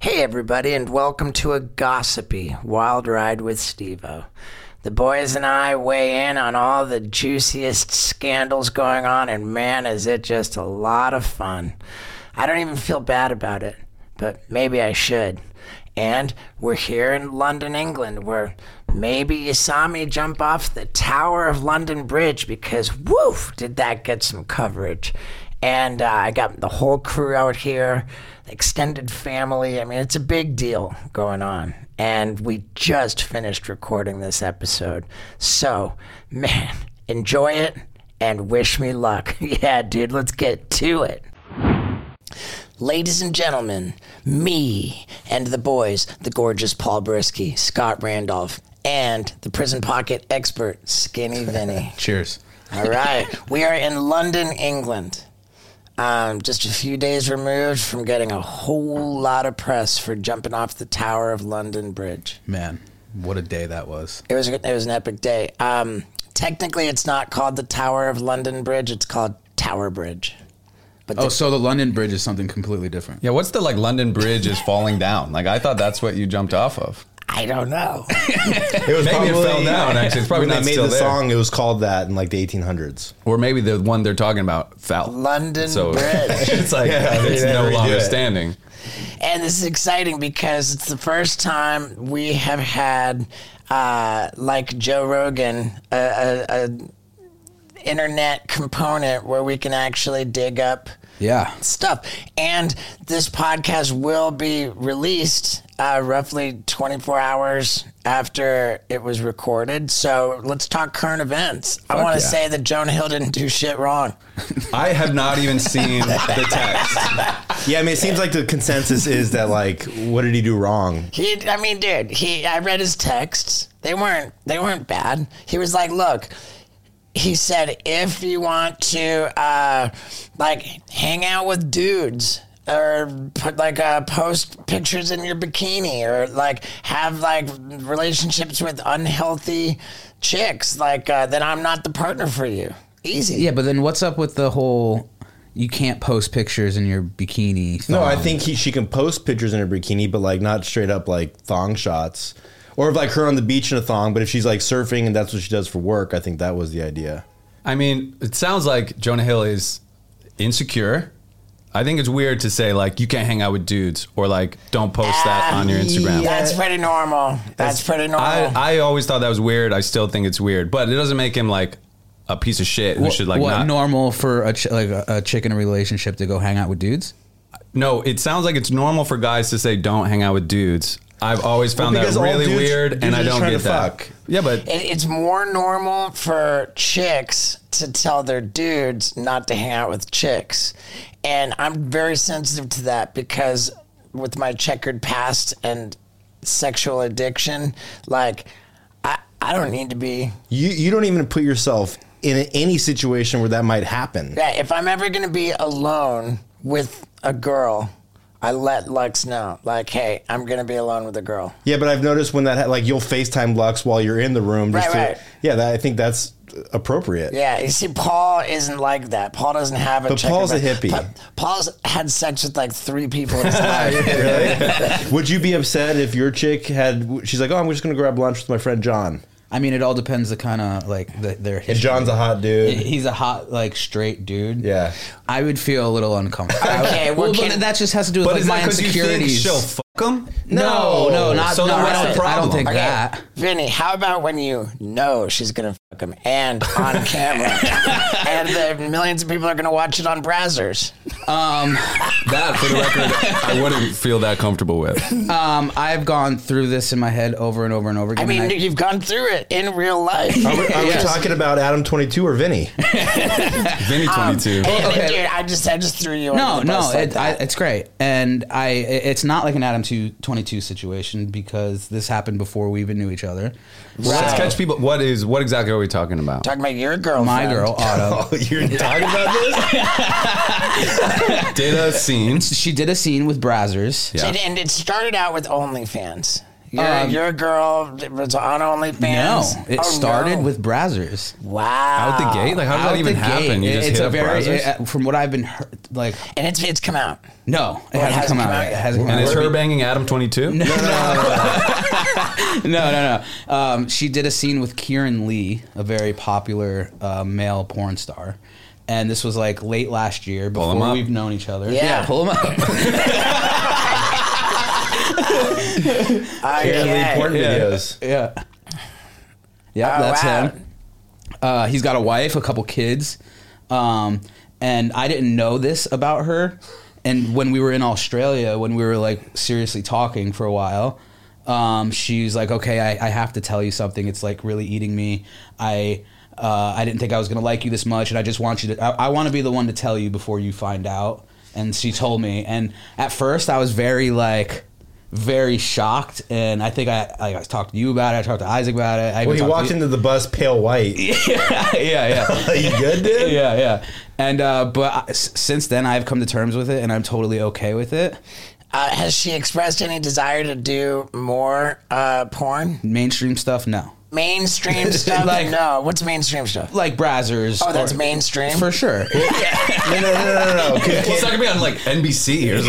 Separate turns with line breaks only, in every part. Hey, everybody, and welcome to a gossipy wild ride with Stevo. The boys and I weigh in on all the juiciest scandals going on, and man, is it just a lot of fun. I don't even feel bad about it, but maybe I should. And we're here in London, England, where maybe you saw me jump off the Tower of London Bridge because, woof, did that get some coverage. And uh, I got the whole crew out here, the extended family. I mean, it's a big deal going on. And we just finished recording this episode. So, man, enjoy it and wish me luck. yeah, dude, let's get to it. Ladies and gentlemen, me and the boys, the gorgeous Paul Brisky, Scott Randolph, and the prison pocket expert, Skinny Vinny.
Cheers.
All right. We are in London, England. Um, just a few days removed from getting a whole lot of press for jumping off the Tower of London Bridge.
Man, what a day that was.
It was it was an epic day. Um, technically, it's not called the Tower of London Bridge. It's called Tower Bridge. But
Oh, so the London Bridge is something completely different.
Yeah, what's the like London Bridge is falling down? Like I thought that's what you jumped off of.
I don't know.
It was maybe it fell down. Actually, it's probably
when
not
they made
still
the
there.
song, it was called that in like the 1800s.
Or maybe the one they're talking about fell.
London
so
Bridge.
it's like
Yeah,
it's
they
no
redo
longer
it.
standing.
and this is exciting because it's the first time we have had, uh, like Joe Rogan, a, a, a internet component where we can actually dig up
Yeah.
stuff. And this podcast will be released uh, roughly 24 hours after it was recorded. So let's talk current events. I want to
yeah.
say that Joan Hill didn't do shit wrong.
I have not even seen the text.
Yeah, I mean, it seems like the consensus is that like, what did he do wrong?
He, I mean, dude, he. I read his texts. They weren't. They weren't bad. He was like, look. He said, if you want to, uh, like, hang out with dudes. Or put like uh, post pictures in your bikini, or like have like relationships with unhealthy chicks. Like uh, then I'm not the partner for you. Easy.
Yeah, but then what's up with the whole you can't post pictures in your bikini?
No, I
thong?
think he, she can post pictures in her bikini, but like not straight up like thong shots, or if like her on the beach in a thong. But if she's like surfing and that's what she does for work, I think that was the idea.
I mean, it sounds like Jonah Hill is insecure. I think it's weird to say like you can't hang out with dudes or like don't post that
Ah,
on your Instagram.
That's pretty normal. That's pretty normal.
I, I always thought that was weird. I still think it's weird, but it doesn't make him like a piece of shit who
What,
should like
what,
not.
normal for a ch- like a, a chick in a relationship to go hang out with dudes?
No, it sounds like it's normal for guys to say don't hang out with dudes. I've always found
Well,
that
because all
really
dudes-
weird,
dudes
and I
are just
don't
trying
get
to
that.
fuck.
Yeah, but
It, it's more normal for chicks to tell their dudes not to hang out with chicks. And I'm very sensitive to that because with my checkered past and sexual addiction, like, I, I don't need to be.
You you don't even put yourself in any situation where that might happen.
Yeah, if I'm ever going to be alone with a girl, I let Lux know, like, hey, I'm going to be alone with a girl.
Yeah, but I've noticed when that ha- like you'll Facetime Lux while you're in the room. Just
Right,
to,
right.
Yeah, that, I think that's appropriate.
Yeah, you see, Paul isn't like that. Paul doesn't have a.
But
checkered
Paul's a
back-
hippie.
Pa- Paul's had sex with like three people in his life.
Really? Would you be upset if your chick had? She's like, oh, I'm just gonna grab lunch with my friend John.
I mean, it all depends the kind of like the, their history.
And John's a hot dude.
He's a hot, like straight dude.
Yeah.
I would feel a little uncomfortable.
Okay, well,
well,
can-
but that just has to do with
but
like,
is that
my
because you think
insecurities.
she'll fuck him?
no, no, not.
So
no,
then
I,
what's
don't,
the
I don't
problem?
think
Okay,
that.
Vinny, how about when you know she's gonna fuck him and on camera, and the millions of people are gonna watch it on browsers?
That, for the record, I wouldn't feel that comfortable with.
Um, I've gone through this in my head over and over and over
I
again.
mean,
and
you've gone through it in real life.
Are we, are
Yes.
we talking about Adam 22 or Vinny?
Vinny,
Um,
twenty-two.
And,
okay.
dude, I just, I just threw you.
no,
under the
no,
bus like
it, I,
that.
it's great, and I it- it's not like an Adam two twenty two situation because this happened before we even knew each other.
well, let's
Wow.
catch people. What is what exactly are we talking about?
talking about your girlfriend.
My girl Auto,
Oh, you're talking about this?
Did a scene?
she did a scene with Brazzers.
Yeah.
And, and it started out with OnlyFans. Your,
Um,
your girl was on OnlyFans.
No, it
Oh,
started
no.
with Brazzers.
wow.
Out the gate? Like, how did
Out
that even
the gate,
happen? You
it-
just
it's
hit
a
up
very,
browsers?
it- uh, from what I've been heard, like
and it's it's come out.
no, it
Well,
hasn't come out. yet. It hasn't come
and
out.
it's her banging Adam 22?
No, no, no, no, no. Um, she did a scene with Kieran Lee, a very popular uh, male porn star. And this was like late last year
him
before
up.
we've known each other.
Yeah.
pull him up.
Uh,
Yeah,
Okay.
porn
Yeah.
videos.
yeah. Yeah,
Oh,
that's
wow.
him. Uh, he's got a wife, a couple kids. Um, and I didn't know this about her. And when we were in Australia, when we were like seriously talking for a while, um, she's like, okay, I, I have to tell you something. It's like really eating me. I. Uh, I didn't think I was gonna like you this much, and I just want you to. I, I want to be the one to tell you before you find out. And she told me, and at first I was very like, very shocked, and I think I I, I talked to you about it. I talked to Isaac about it. I even
Well, he
talked to
walked
you-
into the bus pale white.
yeah, yeah,
you good, dude?
yeah, yeah. And uh, but I s since then, I've come to terms with it, and I'm totally okay with it.
Uh, has she expressed any desire to do more uh, porn?
Mainstream stuff, no.
Mainstream stuff?
Like-
no. What's mainstream stuff?
Like Brazzers.
Oh, that's
or-
mainstream.
for sure.
No, no, no, no, no, no.
Well,
'Cause
it's not gonna be on like NBC or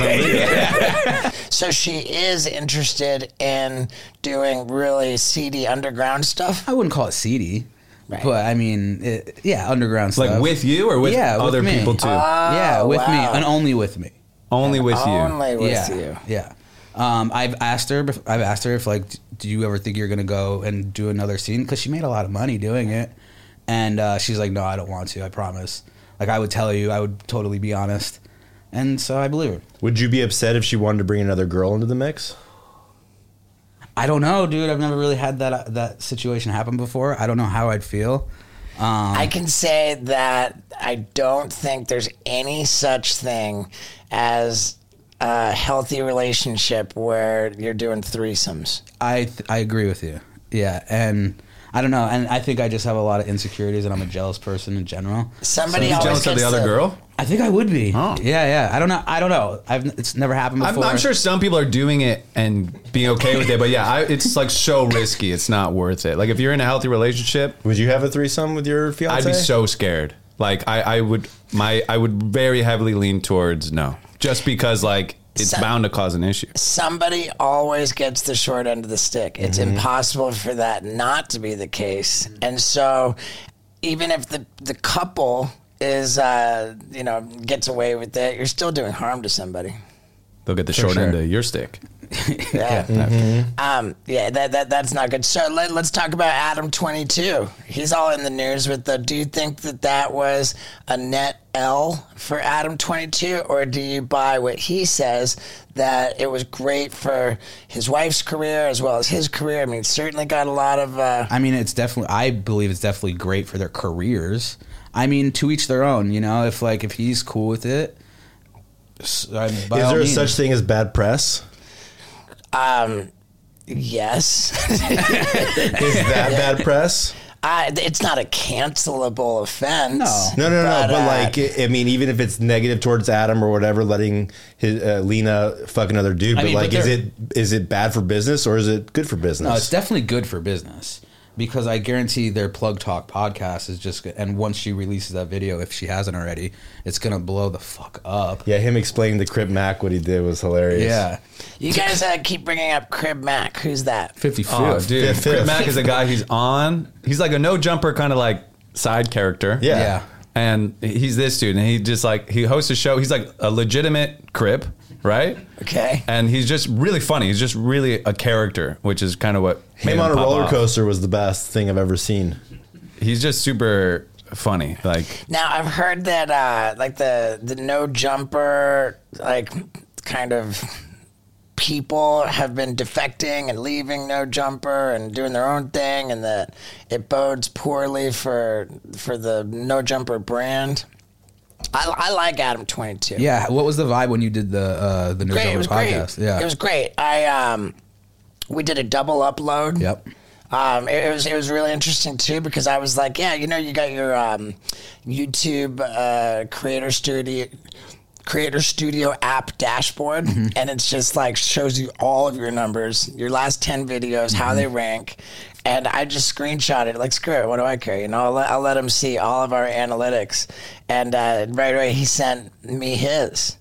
something.
So she is interested in doing really seedy underground stuff.
I wouldn't call it seedy,
Right.
but I mean, it, yeah, underground stuff.
Like with you or with
Yeah, with
other
me. Uh,
people too?
yeah, with me,
Oh, wow.
and only with me.
Only with you.
Only with
yeah,
you.
yeah. Um, I've asked her. bef- I've asked her if like, d- do you ever think you're gonna go and do another scene? Because she made a lot of money doing it, and uh, she's like, no, I don't want to. I promise. Like I would tell you, I would totally be honest, and so I believe her.
Would you be upset if she wanted to bring another girl into the mix?
I don't know, dude. I've never really had that uh, that situation happen before. I don't know how I'd feel.
I can say that I don't think there's any such thing as a healthy relationship where you're doing threesomes.
I th- I agree with you. Yeah, and I don't know, and I think I just have a lot of insecurities, and I'm a jealous person in general.
Somebody
You
always
jealous of
gets
the other girl?
I think I would be.
Oh.
Yeah, yeah. I don't know. I don't know. I've it's never happened
I'm,
before.
I'm sure some people are doing it and being okay with it, but yeah, I, it's like so risky. It's not worth it. Like if you're in a healthy relationship,
Would you have a threesome with your
I'd
fiance?
be so scared. Like I, I would my I would very heavily lean towards no, just because like it's
So-
bound to cause an issue.
Somebody always gets the short end of the stick. It's
Mm-hmm.
impossible for that not to be the case. And so, even if the the couple is uh, you know gets away with it, you're still doing harm to somebody.
They'll get the short
sure.
end of your stick.
Yeah. Um, yeah, that, that that's not good. So let, let's talk about Adam 22. He's all in the news with the. Do you think that that was a net L for Adam 22, or do you buy what he says that it was great for his wife's career as well as his career? I mean, certainly got a lot of. Uh,
I mean, it's definitely. I believe it's definitely great for their careers. I mean, to each their own. You know, if like if he's cool with it. s- I mean, by
Is
all
there
means.
such thing as bad press?
um, yes,
Is that bad press?
I, it's not a cancelable offense.
No.
No, no, no. But,
uh,
like, I- I mean, even if it's negative towards Adam or whatever, letting his uh, Lena fuck another dude, but
mean, but
like, is
they're-
it is it bad for business or is it good for business?
No, it's definitely good for business because I guarantee their Plug Talk podcast is just. go- And once she releases that video, if she hasn't already, it's gonna blow the fuck up.
yeah, him explaining to Crip Mac what he did was hilarious.
Yeah,
you guys uh, keep bringing up Crib Mac. Who's that?
fifty fifth.
Oh, dude,
Fifth.
Crip Mac is a guy. He's on. He's like a no jumper kind of like side character.
Yeah.
Yeah.
and he's this dude, and he just like he hosts a show. He's like a legitimate Crip, right?
Okay.
And he's just really funny. He's just really a character, which is kind of what made
Him on a
pop
roller
off.
coaster was the best thing I've ever seen.
He's just super funny. Like
Now I've heard that uh, like the the no jumper like kind of people have been defecting and leaving no jumper and doing their own thing and that it bodes poorly for for the no jumper brand. I, I like Adam 22.
Yeah, what was the vibe when you did the uh, the New
Great, it
Zealand
was
podcast?
great.
Yeah,
It was great. I um we did a double upload.
Yep.
Um, it, it was it was really interesting too because I was like, yeah, you know, you got your um, YouTube uh, creator studio Creator Studio app dashboard, and it's just like shows you all of your numbers, your last ten videos, how they rank. And I just screenshotted it, like, screw it, what do I care? You know, I'll let, I'll let him see all of our analytics. And uh, right away, he sent me his.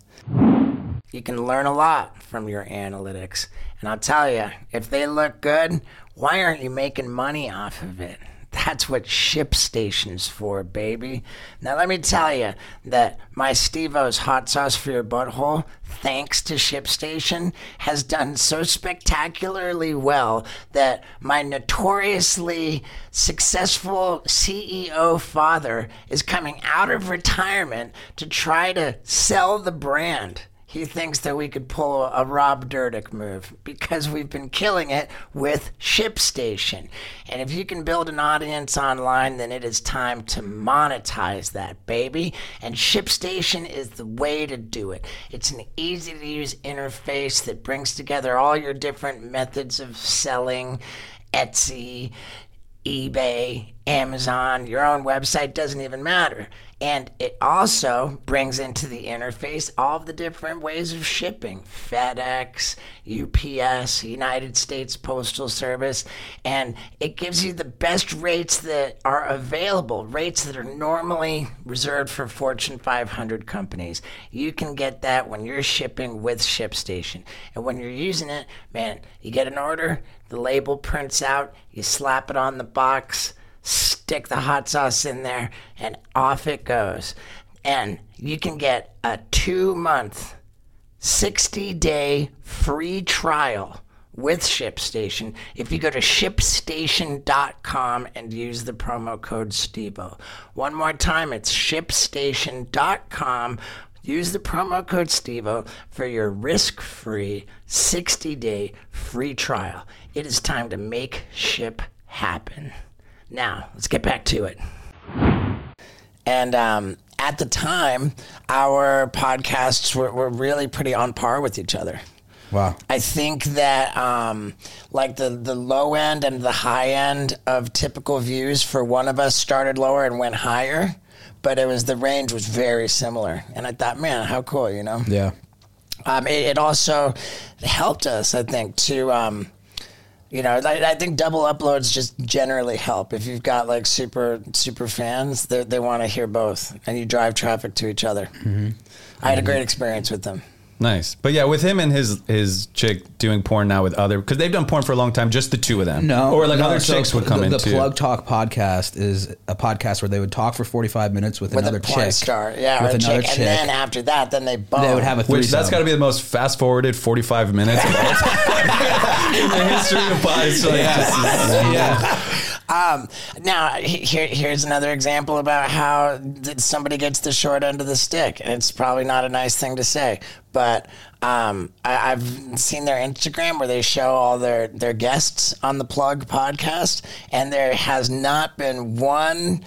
You can learn a lot from your analytics. And I'll tell you, if they look good, why aren't you making money off of it? That's what ship stations for, baby. Now let me tell you that my Stevo's hot sauce for your butthole, thanks to ShipStation, has done so spectacularly well that my notoriously successful CEO father is coming out of retirement to try to sell the brand. He thinks that we could pull a Rob Dyrdek move because we've been killing it with ShipStation. And if you can build an audience online, then it is time to monetize that baby. And ShipStation is the way to do it. It's an easy to use interface that brings together all your different methods of selling, Etsy, eBay, Amazon, your own website doesn't even matter. And it also brings into the interface all of the different ways of shipping FedEx, UPS, United States Postal Service. And it gives you the best rates that are available, rates that are normally reserved for Fortune 500 companies. You can get that when you're shipping with ShipStation. And when you're using it, man, you get an order, the label prints out, you slap it on the box stick the hot sauce in there, and off it goes. And you can get a two month, 60 day free trial with ShipStation if you go to shipstation.com and use the promo code STEVO. One more time, it's shipstation.com. Use the promo code STEVO for your risk free 60 day free trial. It is time to make ship happen. Now, let's get back to it. And um, at the time, our podcasts were, were really pretty on par with each other.
Wow.
I think that um, like the, the low end and the high end of typical views for one of us started lower and went higher, but it was the range was very similar. And I thought, man, how cool, you know?
Yeah.
Um, it, it also helped us, I think, to, um, you know, I, I think double uploads just generally help. If you've got like super super fans, they they want to hear both, and you drive traffic to each other.
Mm-hmm.
I had a great experience with them.
Nice, but yeah, with him and his his chick doing porn now with other because they've done porn for a long time, just the two of them.
No,
or like
no,
other
so
chicks would come
the,
in
The
too.
Plug Talk podcast is a podcast where they would talk for forty five minutes with,
With
another
a porn
chick,
star, yeah,
with
or a
another
chick.
chick.
and then oh. after that, then they bone.
they would have a threesome.
Which that's got to be the most fast forwarded forty five minutes of all time in the history of pies. So yeah.
yeah.
Um, now, he- here, here's another example about how that somebody gets the short end of the stick. And it's probably not a nice thing to say, but um, I, I've seen their Instagram where they show all their, their guests on the Plug podcast, and there has not been one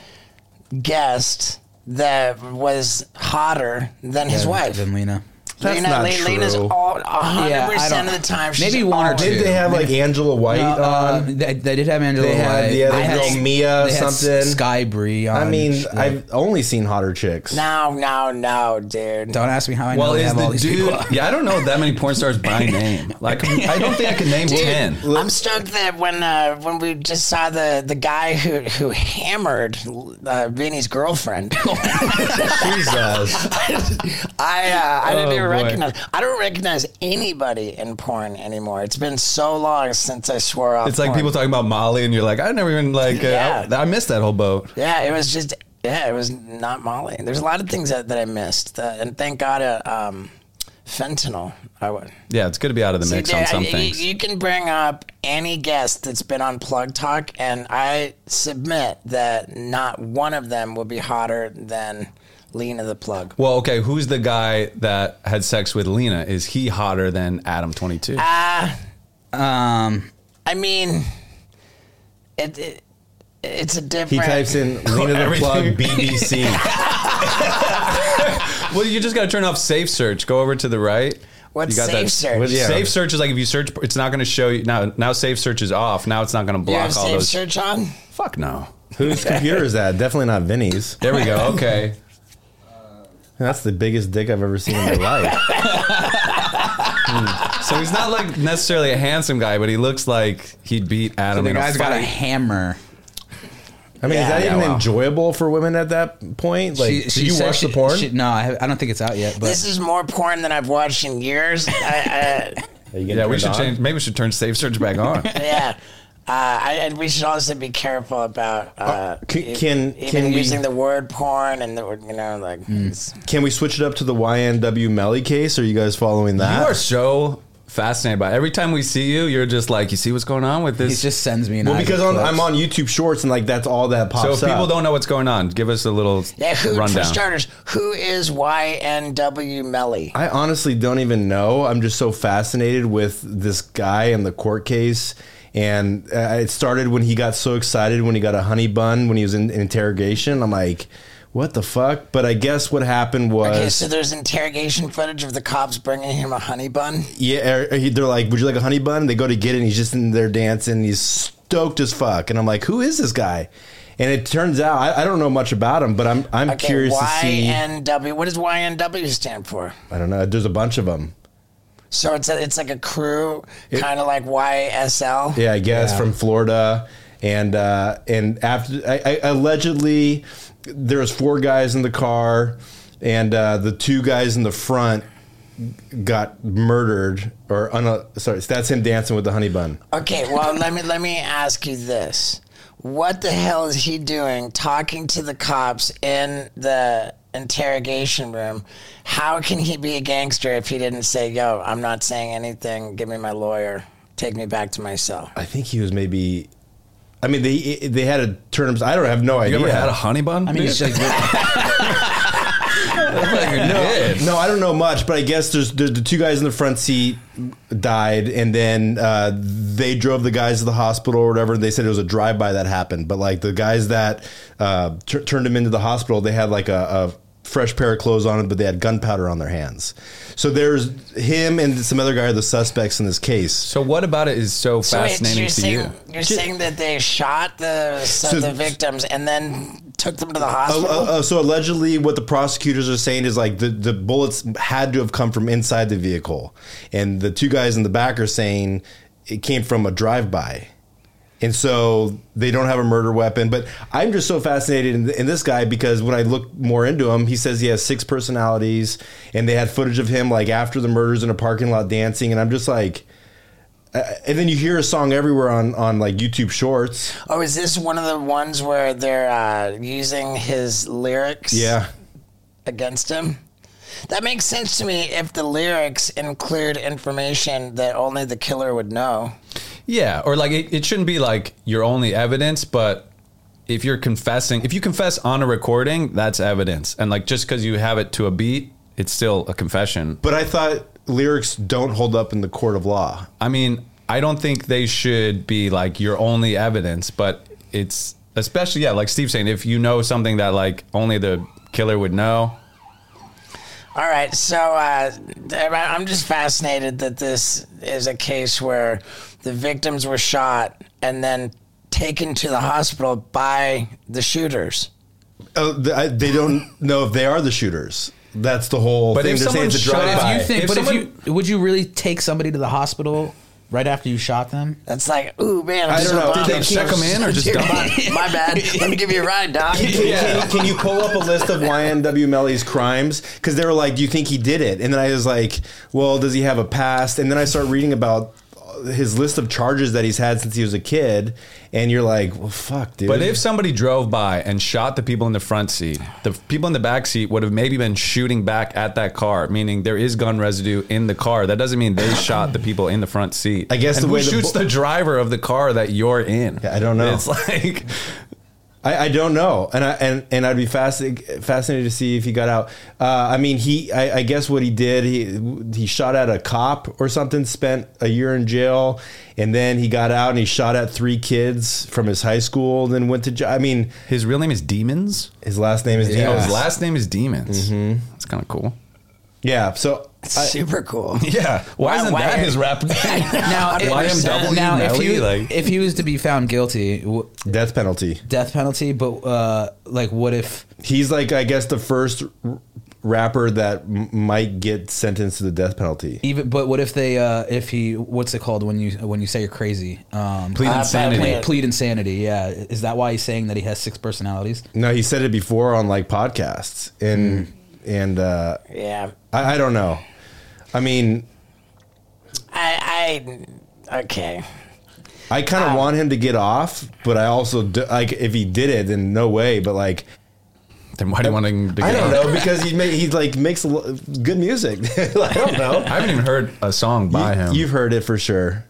guest that was hotter than his wife.
Then Lena.
That's
Lena,
not
Le- Lena's
true.
all 100%
Yeah, I don't-
of the time. She's
maybe one or
always-
two.
Did they have like Angela White
Uh, uh,
on?
they, they did have Angela
They had
White.
the other
I had
girl,
s-
Mia
they had s-
something.
Sky Bree. On,
I mean,
like,
I've only seen hotter chicks.
No, no, no, dude.
don't ask me how I know
Well,
they
is
have all
the
these
dude?
people.
Yeah, I don't know that many porn stars by name. Like, I don't think I can name ten.
I'm stoked that when uh, when we just saw the, the guy who who hammered uh, Vinny's girlfriend, uh,
Jesus.
I uh, I didn't
Oh,
even
boy.
recognize. I don't recognize anybody in porn anymore. It's been so long since I swore off.
It's like
porn.
people talking about Molly, and you're like, I never even like. Uh,
Yeah.
I, I missed that whole boat.
Yeah, it was just yeah, it was not Molly. There's a lot of things that, that I missed, uh, and thank God, uh, um, fentanyl. I would.
Yeah, it's good to be out of the
See,
mix
dude,
on some
I-
things.
You, you can bring up any guest that's been on Plug Talk, and I submit that not one of them will be hotter than Lena the Plug.
well, okay, who's the guy that had sex with Lena? Is he hotter than Adam Twenty Two?
Ah,
Um,
I mean, it, it it's a different.
He types in Lena the
Everything.
Plug BBC.
Well, you just got to turn off safe search. Go over to the right.
What's
you got
safe
that-
search?
What- yeah.
Safe search is like if you search, it's not going to show you now. Now safe search is off. Now it's not going to
you have
block all
safe
those.
search on?
Fuck no.
Whose computer is that? Definitely not Vinny's.
There we go. Okay.
That's the biggest dick I've ever seen in my life.
So he's not like necessarily a handsome guy, but he looks like he'd beat Adam.
The
in a
guy's got a
fight.
hammer.
I mean, is that
Yeah,
even
wow.
enjoyable for women at that point? Like,
She-
did
she
you
said
watch the
she-
porn?
she- no, I, have, I don't think it's out yet. But
This is more porn than I've watched in years. I, I,
Are you getting
Yeah, we
turned
should
on?
change. Maybe we should turn Save Search back on.
yeah. Uh, I, and we should also be careful about uh,
can-
e-
can-
even
can we-
using the word porn and the word, you know like
Mm.
it's-
Can we switch it up to the YNW Melly case? Are you guys following that?
You are so fascinated by it. every time we see you. You're just like, you see what's going on with
he
this.
just sends me. An
well,
IV
because on,
clips.
I'm on YouTube Shorts and like that's all that pops
so if
up.
people don't know what's going on, give us a little
yeah, who, for
rundown.
starters, who is YNW Melly?
I honestly don't even know. I'm just so fascinated with this guy and the court case. And uh, it started when he got so excited when he got a honey bun when he was in, in interrogation. I'm like, what the fuck? But I guess what happened was.
Okay, so there's interrogation footage of the cops bringing him a honey bun.
Yeah, or he- they're like, "Would you like a honey bun?" They go to get it, and he's just in there dancing. and He's stoked as fuck, and I'm like, "Who is this guy?" And it turns out I, I don't know much about him, but I'm I'm
Okay,
curious to see.
YNW. What does YNW stand for?
I don't know. There's a bunch of them.
So it's a, it's like a crew, kind of like YSL.
Yeah, I guess
Yeah.
from Florida, and uh, and after I, I, allegedly there was four guys in the car, and uh, the two guys in the front got murdered or un- sorry, so that's him dancing with the honey bun.
Okay, well let me let me ask you this: What the hell is he doing talking to the cops in the interrogation room? How can he be a gangster if he didn't say, "Yo, I'm not saying anything. Give me my lawyer. Take me back to my cell."
I think he was maybe. I mean, they they had to turn him. I don't have no
you
idea.
ever had a honey bun?
I mean, it's like,
no, I don't know much, but I guess there's, there's the two guys in the front seat died, and then uh, they drove the guys to the hospital or whatever. They said it was a drive by that happened, but like the guys that uh, tur turned him into the hospital, they had like a. a Fresh pair of clothes on, but they had gunpowder on their hands. So there's him and some other guy are the suspects in this case.
so what about it is so
So it's-
fascinating
you're
to
saying,
you?
You're saying that they shot the so Oh,
So-
the victims and then took them to the
Uh,
hospital.
uh, uh, so allegedly, what the prosecutors are saying is like the, the bullets had to have come from inside the vehicle, and the two guys in the back are saying it came from a drive-by, and so they don't have a murder weapon. But I'm just so fascinated in, in this guy because when I look more into him, he says he has six personalities, and they had footage of him like after the murders in a parking lot dancing, and I'm just like. Uh, and then you hear a song everywhere on, on like YouTube Shorts.
oh, is this one of the ones where they're uh, using his lyrics? against him. That makes sense to me if the lyrics include information that only the killer would know.
Yeah, or like it, it shouldn't be like your only evidence, but if you're confessing, if you confess on a recording, that's evidence. And like just because you have it to a beat, it's still a confession.
But I thought lyrics don't hold up in the court of law.
I mean, I don't think they should be like your only evidence, but it's especially yeah, like Steve's saying, if you know something that like only the killer would know.
All right, so uh, I'm just fascinated that this is a case where the victims were shot and then taken to the hospital by the shooters.
Oh, th- I, they don't know if they are the shooters. That's the whole
But
thing.
if
They're saying
someone
it's a
shot-
drive
if
by.
you think,
If
but
someone-
if you would you really take somebody to the hospital right after you shot them?
That's like, ooh man, I'm
I don't
so
know. Did
bummed.
they
I'm
check
so
'em in or just
scared.
dump 'em?
my, my bad. Let me give you a ride, doc.
can, can- can you pull up a list of YNW Melly's crimes? Because they were like, "Do you think he did it?" And then I was like, "Well, does he have a past?" And then I start reading about his list of charges that he's had since he was a kid, and you're like, "Well, fuck, dude."
But if somebody drove by and shot the people in the front seat, the people in the back seat would have maybe been shooting back at that car, meaning there is gun residue in the car. That doesn't mean they shot the people in the front seat.
I guess
and
the
who
way the
shoots
bu-
the driver of the car that you're in.
I don't know.
It's like
I, I don't know, and I and, and I'd be fascinated fascinated to see if he got out. Uh, I mean, he I, I guess what he did he he shot at a cop or something, spent a year in jail, and then he got out and he shot at three kids from his high school, then went to jail. I mean,
his real name is Demons.
his last name is
Yeah.
Diaz.
his last name is Demons.
Mm-hmm.
That's kind of cool.
Yeah, so
Super cool.
Yeah. Why,
Why-
isn't
why
that
are-
his rap name?
Now, if,
YMW
uh,
now if
Melly,
you
like-
if he was to be found guilty, w-
death penalty.
death penalty. But uh, like, what if
He's like I guess the first r- rapper that m- might get sentenced to the death penalty.
Even but what if they uh if he what's it called when you when you say you're crazy? Um
Plead
Uh,
insanity.
Batman.
plead, plead insanity. Yeah. Is that why he's saying that he has six personalities?
No, he said it before on like podcasts
Mm.
and and uh,
Yeah.
I, I don't know. I mean,
I, I, okay.
I kind of
Um,
want him to get off, but I also do, like if he did it, then no way. But like
Then why do you want him to get
I don't
out?
know because he ma- he like makes a lo- good music. I don't know.
I haven't even heard a song by him.
You've heard it for sure.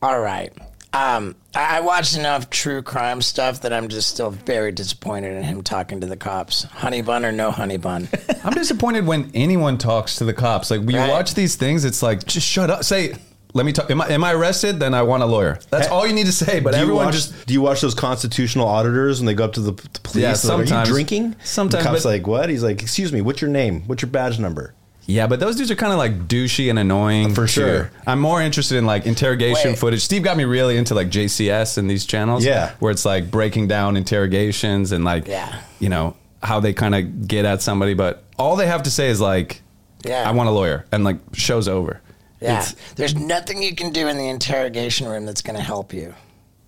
All right. Um, I I watched enough true crime stuff that I'm just still very disappointed in him talking to the cops. Honey bun or no honey bun?
I'm disappointed when anyone talks to the cops. Like we
Right.
watch these things, it's like just shut up. Say, let me talk. Am I, am I arrested? Then I want a lawyer. That's all you need to say. But
do you
everyone
watch,
just
do you watch those constitutional auditors when they go up to the, the police?
Yeah,
and they're like,
sometimes.
Are you drinking?
Sometimes,
The cop's
but-
like, what? He's like, excuse me. What's your name? What's your badge number?
yeah. But those dudes are kind of like douchey and annoying
For
too.
sure.
I'm more interested in like interrogation
Wait.
footage. Steve got me really into like JCS and these channels.
Yeah.
where it's like breaking down interrogations and like
Yeah.
you know how they kind of get at somebody, but all they have to say is like,
Yeah.
I want a lawyer, and like show's over.
Yeah.
It's-
There's nothing you can do in the interrogation room that's going to help you.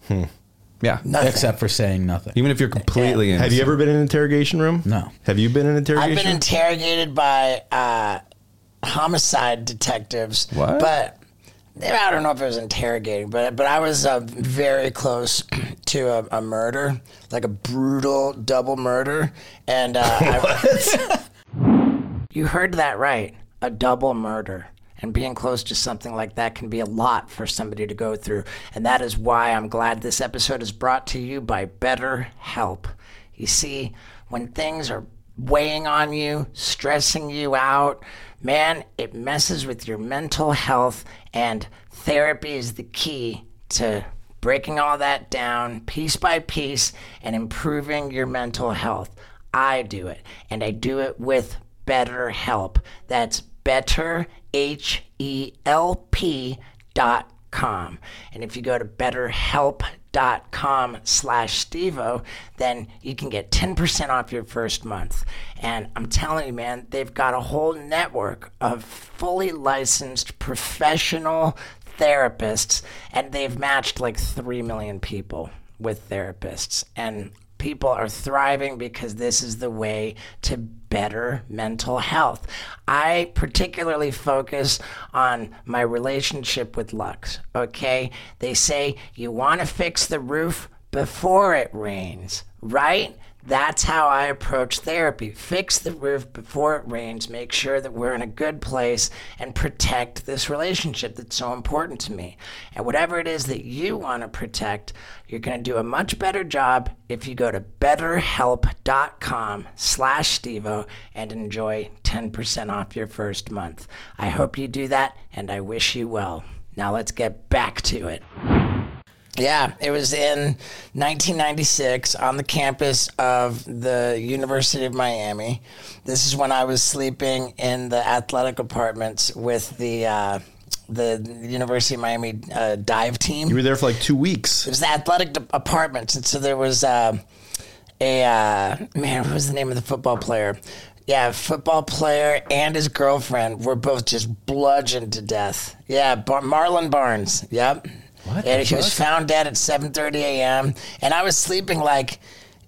yeah.
Nothing.
Except for saying nothing.
Even if you're completely in.
Have you ever been in an interrogation room?
No.
Have you been in an
I've
interrogation?
been interrogated by uh, homicide detectives,
What?
but I don't know if it was interrogating, but but I was uh, very close to a, a murder, like a brutal double murder, and uh, I, you heard that right, a double murder. And being close to something like that can be a lot for somebody to go through. And that is why I'm glad this episode is brought to you by Better Help. You see, when things are weighing on you, stressing you out, man, it messes with your mental health, and therapy is the key to breaking all that down piece by piece and improving your mental health. I do it, and I do it with BetterHelp. That's better, H E L P dot com. And if you go to betterhelp.com slash Stevo, then you can get 10% off your first month. And I'm telling you, man, they've got a whole network of fully licensed professional therapists, and they've matched like 3 million people with therapists. And people are thriving because this is the way to better mental health. I particularly focus on my relationship with Lux, okay? They say you want to fix the roof before it rains, right? That's how I approach therapy. Fix the roof before it rains, make sure that we're in a good place, and protect this relationship that's so important to me. And whatever it is that you want to protect, you're going to do a much better job if you go to betterhelp.com slash stevo and enjoy 10% off your first month. I hope you do that, and I wish you well. Now let's get back to it. Yeah, it was in 1996 on the campus of the University of Miami. This is when I was sleeping in the athletic apartments with the uh, the University of Miami uh, dive team.
you were
It
there for like two weeks.
was the athletic de- apartments, and so there was uh, a uh, man. What was the name of the football player? Yeah, football player and his girlfriend were both just bludgeoned to death. Yeah, Bar- Marlon Barnes. Yep. What? And he was found dead at 7:30 a.m. And I was sleeping like,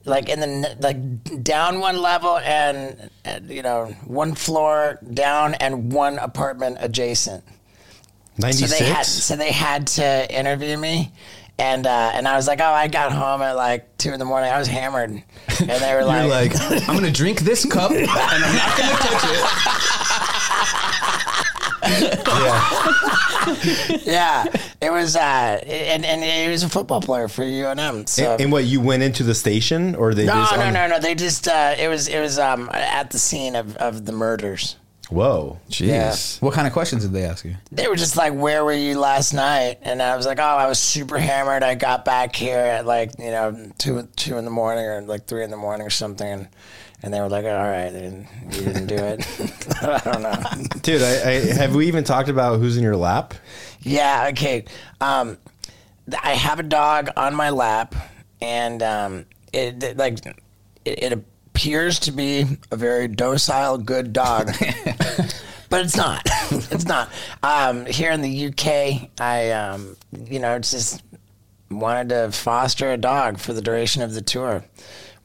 like in the n- like down one level and uh, you know one floor down and one apartment adjacent. So
Ninety
they had
six.
so they had to interview me. And uh, and I was like, oh, I got home at like two in the morning. I was hammered, and they were
You're
like,
like, I'm gonna drink this cup and I'm not gonna touch it.
yeah, it was, uh, and and he was a football player for UNM. So
And, and what you went into the station or they
Um, no,
just um,
no,
on-
no, no. They just uh, it was it was um, at the scene of, of the murders.
Whoa.
Jeez.
What kind of questions did they ask you?
They were just like, "Where were you last night?" And I was like, "Oh, I was super hammered. I got back here at like you know two two in the morning or like three in the morning or something." And, and they were like, "All right, then you didn't do it." I don't know.
Dude, I, I, have we even talked about who's in your lap?
Yeah, okay. Um, th- I have a dog on my lap, and um, it, it- like it, it appears to be a very docile, good dog, but it's not. it's not. Um, here in the UK, I, um, you know, it's just wanted to foster a dog for the duration of the tour.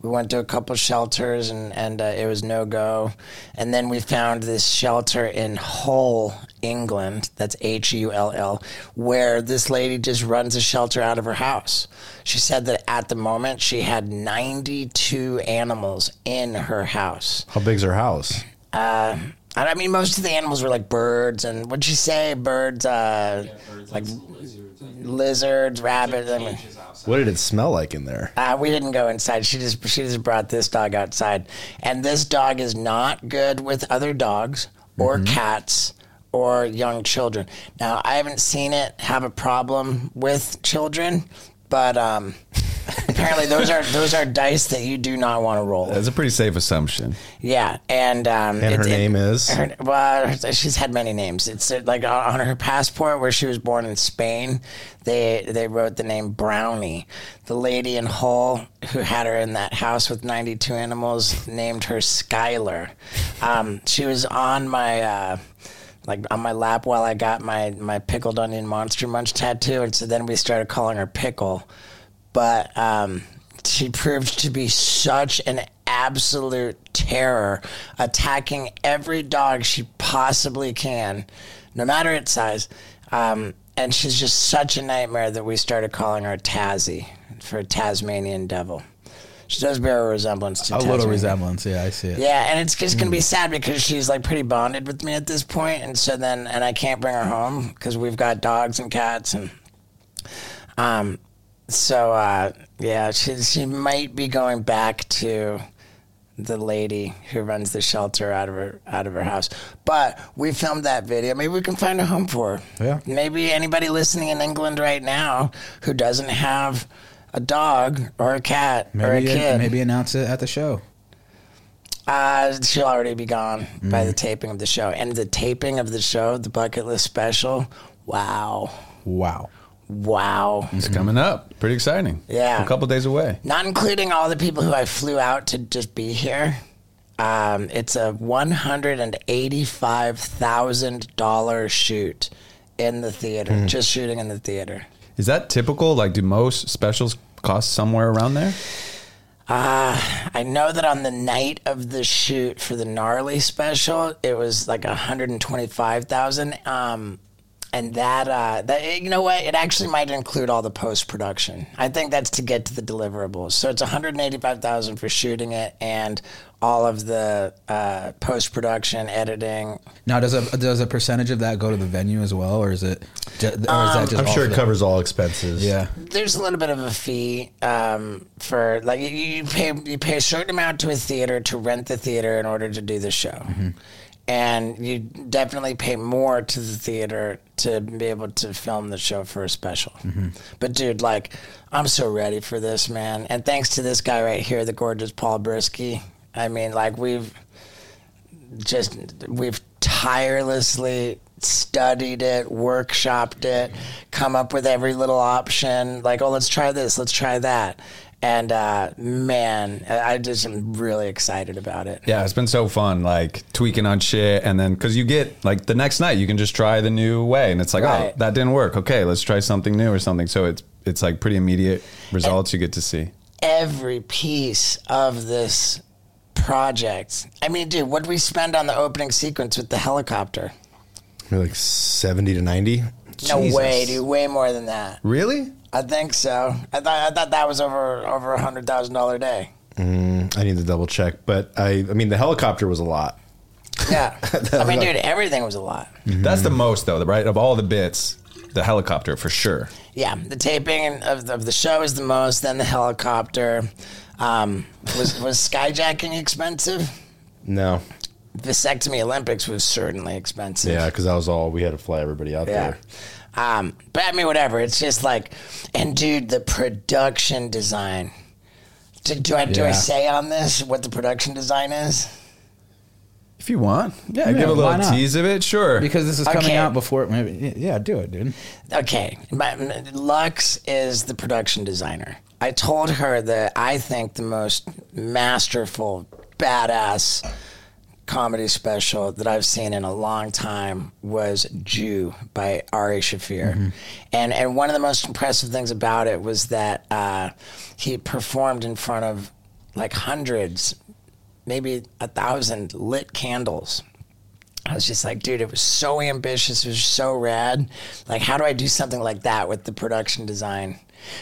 We went to a couple shelters and, and uh, it was no go. And then we found this shelter in Hull, England. That's H U L L, where this lady just runs a shelter out of her house. She said that at the moment she had 92 animals in her house.
How big's her house?
Uh, and I mean, most of the animals were like birds and what'd she say? Birds, uh, like lizards, rabbits. I mean,
What did it smell like in there?
uh, we didn't go inside. She just she just brought this dog outside, and this dog is not good with other dogs or
Mm-hmm.
cats or young children. Now I haven't seen it have a problem with children, but um, apparently those are those are dice that you do not want to roll.
That's a pretty safe assumption.
Yeah, and um,
Uh, And her
it- it-
name is?
her- well, she's had many names. It's uh, like on on her passport where she was born in Spain. They they wrote the name Brownie. The lady in Hull who had her in that house with ninety two animals named her Skylar. Um, she was on my. Uh, like on my lap while I got my my pickled onion monster munch tattoo, and so then we started calling her pickle. But um, she proved to be such an absolute terror, attacking every dog she possibly can, no matter its size. Um, and she's just such a nightmare that we started calling her Tazzy for Tasmanian Devil. She does bear a resemblance to
A little
Tasmanian.
resemblance. Yeah, Hmm. I see it.
Yeah, and it's just gonna be sad because she's like pretty bonded with me at this point, and so then and I can't bring her home because we've got dogs and cats and um, so uh, yeah, she she might be going back to the lady who runs the shelter out of her out of her house. But we filmed that video. Maybe we can find a home for her.
Yeah.
Maybe anybody listening in England right now who doesn't have a dog or a cat or a
Maybe,
kid.
maybe announce it at the show.
Uh, she'll already be gone by the taping of the show. And the taping of the show, the bucket list special, wow.
Wow.
Wow.
It's coming up. Pretty exciting.
Yeah.
A couple days away.
Not including all the people who I flew out to just be here. Um, it's a $185,000 shoot in the theater, just shooting in the theater.
Is that typical? Like, do most specials cost somewhere around there?
I know that on the night of the shoot for the gnarly special, it was like one hundred and twenty-five thousand. Um, and that uh, that you know what, it actually might include all the post-production. I think that's to get to the deliverables. So it's one hundred and eighty-five thousand for shooting it and all of the uh, post-production editing.
Now, does a does a percentage of that go to the venue as well, or is it? ju- Or is that just
I'm
all
sure
for
it
the-
covers all expenses.
Yeah.
There's a little bit of a fee um, for like you, you pay you pay a certain amount to a theater to rent the theater in order to do the show, and you definitely pay more to the theater to be able to film the show for a special. But dude, like I'm so ready for this, man, and thanks to this guy right here, the gorgeous Paul Brisky. I mean, like we've just we've tirelessly studied it, workshopped it, come up with every little option. Like, oh, let's try this, let's try that. And uh, man, I I just am really excited about it.
Yeah, it's been so fun, like tweaking on shit, and then because you get like the next night, you can just try the new way, and it's like,
Right.
oh, that didn't work. Okay, let's try something new or something. So it's it's like pretty immediate results you get to see.
Every piece of this project. I mean, dude, what did we spend on the opening sequence with the helicopter?
Maybe like 70 to 90.
No
Jesus.
way, dude, way more than that.
Really?
I think so. I thought I thought that was over over a hundred thousand dollar day.
I need to double check, but I I mean the helicopter was a lot.
Yeah, I mean, dude, everything was a lot.
Mm-hmm. That's the most though, right? Of all the bits, the helicopter for sure.
Yeah, the taping of the, of the show is the most. Then the helicopter. Um, was was skyjacking expensive?
No.
Vasectomy Olympics was certainly expensive.
Yeah, because that was all we had to fly everybody out
Yeah.
there.
Um, but I mean, whatever. It's just like, and dude, the production design. Do, do I do I
Yeah.
say on this what the production design is?
If you want, yeah,
Yeah,
give a
why
little
not?
tease of it, sure.
Because this is coming
Okay.
out before. Maybe, yeah, do it, dude.
okay, my, Lux is the production designer. I told her that I think the most masterful badass comedy special that I've seen in a long time was Jew by Ari Shafir. And and one of the most impressive things about it was that uh, he performed in front of like hundreds, maybe a thousand lit candles. I was just like, dude, it was so ambitious. It was so rad. Like, how do I do something like that with the production design?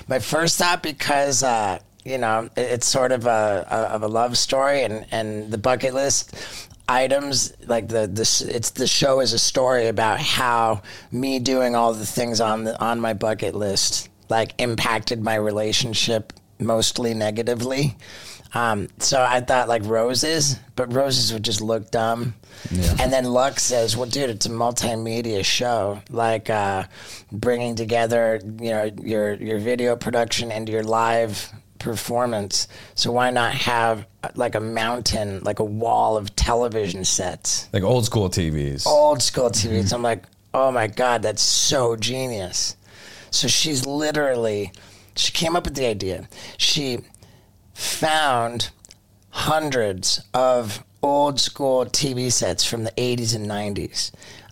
My first thought, because, uh, you know, it- it's sort of a, a of a love story and, and the bucket list items like the this it's the show is a story about how me doing all the things on the on my bucket list like impacted my relationship mostly negatively um, so I thought like roses, but roses would just look dumb. And then Luck says, "Well, dude, it's a multimedia show, like uh, bringing together you know your your video production and your live performance. So why not have uh, like a mountain, like a wall of television sets,
Like old school TVs.
old school TVs?" I'm like, "Oh my god, that's so genius!" So she's literally, she came up with the idea. She found hundreds of old school TV sets from the 80s and 90s.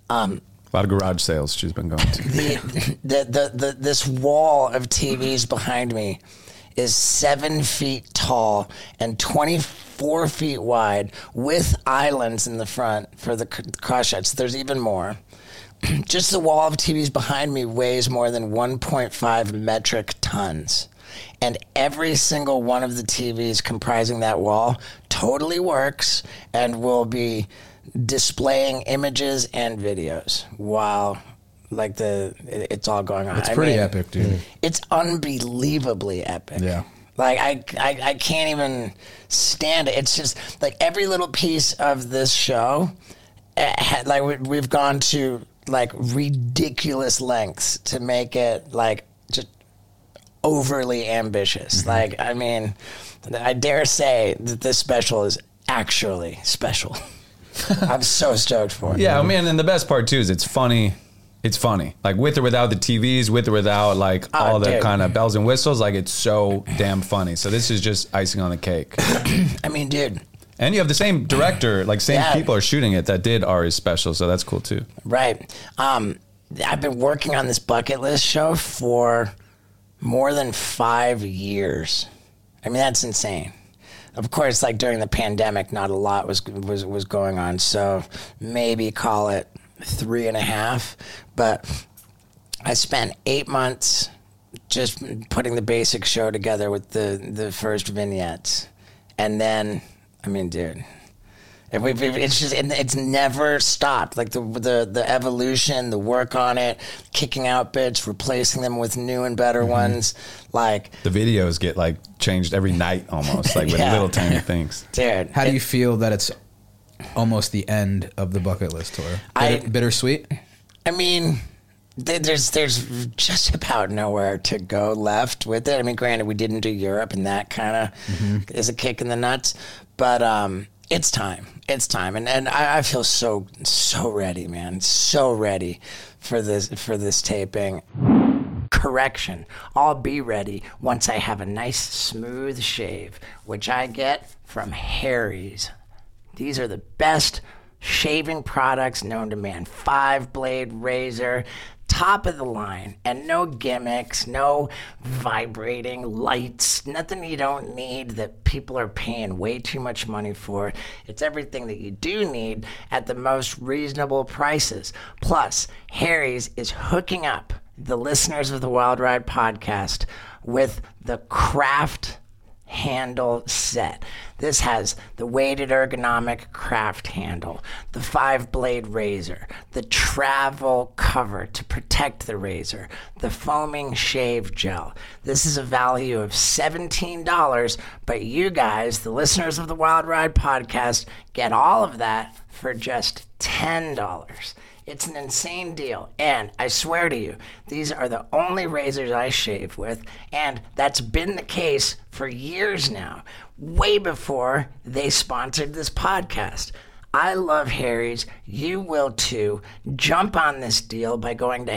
Um,
A lot of garage sales she's been going to.
the, the, the, the, this wall of TVs behind me is seven feet tall and 24 feet wide with islands in the front for the c- cross shots. There's even more. Just the wall of TVs behind me weighs more than 1.5 metric tons. And every single one of the TVs comprising that wall totally works and will be displaying images and videos while like the it- it's all going on.
It's
I
pretty
mean,
epic, dude.
It's unbelievably epic.
Yeah.
Like I, I, I can't even stand it. It's just like every little piece of this show, eh, had- like we, we've gone to like ridiculous lengths to make it like just overly ambitious. Like I mean, I dare say that this special is actually special. I'm so stoked for it.
Yeah, I mean, and the best part too is it's funny. It's funny, like with or without the TVs, with or without like all the
dude.
kind of bells and whistles. Like it's so damn funny. So this is just icing on the cake.
I mean, dude.
and you have the same director, like same
Yeah.
people are shooting it that did Ari's special. So that's cool too.
Right. Um, I've been working on this bucket list show for more than five years. I mean, that's insane. Of course, like during the pandemic, not a lot was was was going on. So maybe call it three and a half. But I spent eight months just putting the basic show together with the the first vignettes, and then I mean, dude, and we've, we've- it's just and it's never stopped. Like the the the evolution, the work on it, kicking out bits, replacing them with new and better
Mm-hmm.
ones. Like,
The videos get like changed every night almost, like with
Yeah.
little tiny things.
dude,
How
it-
do you feel that it's almost the end of the bucket list tour? Bitter,
I-
bittersweet.
I mean, th- there's there's just about nowhere to go left with it. I mean, granted, we didn't do Europe, and that kind of
Mm-hmm.
is a kick in the nuts. But um, it's time. It's time, and and I, I feel so so ready, man. So ready for this for this taping. Correction. I'll be ready once I have a nice smooth shave, which I get from Harry's. These are the best shaving products known to man. Five blade razor, top of the line, and no gimmicks, no vibrating lights, nothing you don't need that people are paying way too much money for. It's everything that you do need at the most reasonable prices. Plus, Harry's is hooking up the listeners of the Wild Ride podcast with the craft handle set. This has the weighted ergonomic craft handle, the five blade razor, the travel cover to protect the razor, the foaming shave gel. This is a value of $17, but you guys, the listeners of the Wild Ride podcast, get all of that for just $10. It's an insane deal. And I swear to you, these are the only razors I shave with. And that's been the case for years now, way before they sponsored this podcast. I love Harry's. You will too. Jump on this deal by going to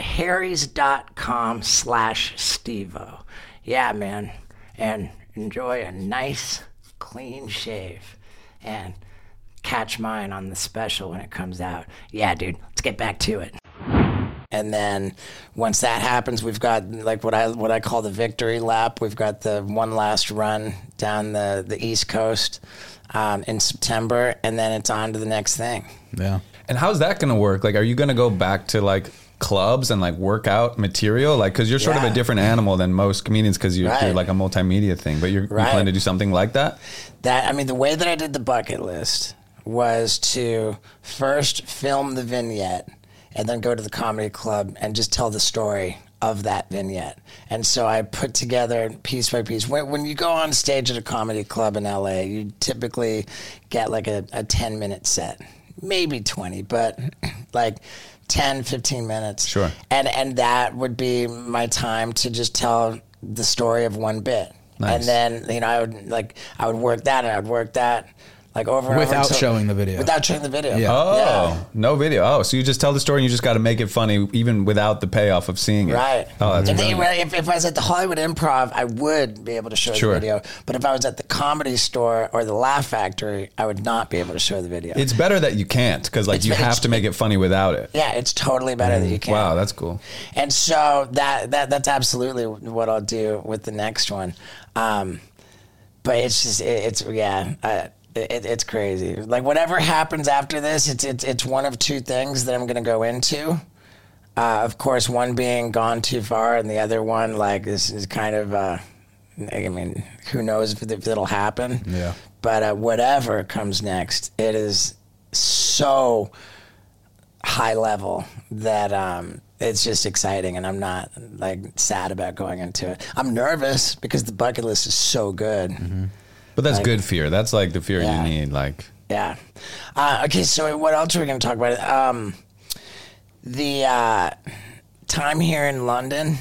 harrys.com slash stevo. Yeah, man. And enjoy a nice, clean shave. and catch mine on the special when it comes out. Yeah, dude, let's get back to it. And then once that happens, we've got like what I what I call the victory lap. We've got the one last run down the the East Coast um, in September, and then it's on to the next thing.
Yeah.
And how's that going to work? Like, are you going to go back to like clubs and like workout material? Like, because you're sort of
Yeah.
a different animal than most comedians because you're,
Right.
you're like a multimedia thing, but you're,
Right.
you plan to do something like that?
that I mean the way that I did the bucket list was to first film the vignette and then go to the comedy club and just tell the story of that vignette. And so I put together piece by piece. When, when you go on stage at a comedy club in LA, you typically get like a, a 10 minute set, maybe 20, but like 10, 15 minutes
Sure.
and and that would be my time to just tell the story of one bit
Nice.
and then you know i would like i would work that and i would work that like over and
Without
over till-
showing the video.
without showing the video
Yeah.
Oh,
Yeah.
no video. Oh, so you just tell the story and you just got to make it funny even without the payoff of seeing it.
Right.
Oh, that's
if,
brilliant.
if, if I was at the Hollywood Improv, I would be able to show
Sure.
the video. But if I was at the Comedy Store or the Laugh Factory, I would not be able to show the video.
It's better that you can't because like
It's-
you
it's-
have to make it funny without it.
yeah, it's totally better that you can't.
Wow, that's cool.
And so that that that's absolutely what I'll do with the next one. Um, but it's just it, it's yeah, uh, it, it's crazy. Like whatever happens after this, it's it's it's one of two things that I'm gonna go into. Uh, of course, one being gone too far, and the other one like this is kind of. Uh, I mean, who knows if, it- if it'll happen?
Yeah.
But uh, whatever comes next, it is so high level that um, it's just exciting, and I'm not like sad about going into it. I'm nervous because the bucket list is so good.
But that's
Like-
good fear. That's like the fear
Yeah.
you need. Like,
Yeah. Uh, okay, so what else are we going to talk about? Um, the uh, time here in London.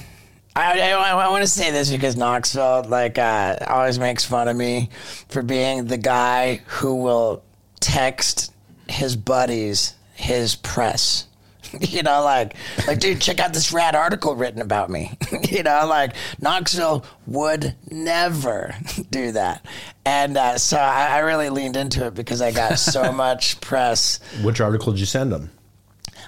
I, I, want to say this because Knoxville, like, uh, always makes fun of me for being the guy who will text his buddies his press. You know, like, like, dude, check out this rad article written about me. you know, like, Knoxville would never do that. And uh, so I, I really leaned into it because I got so much press
Which article did you send them?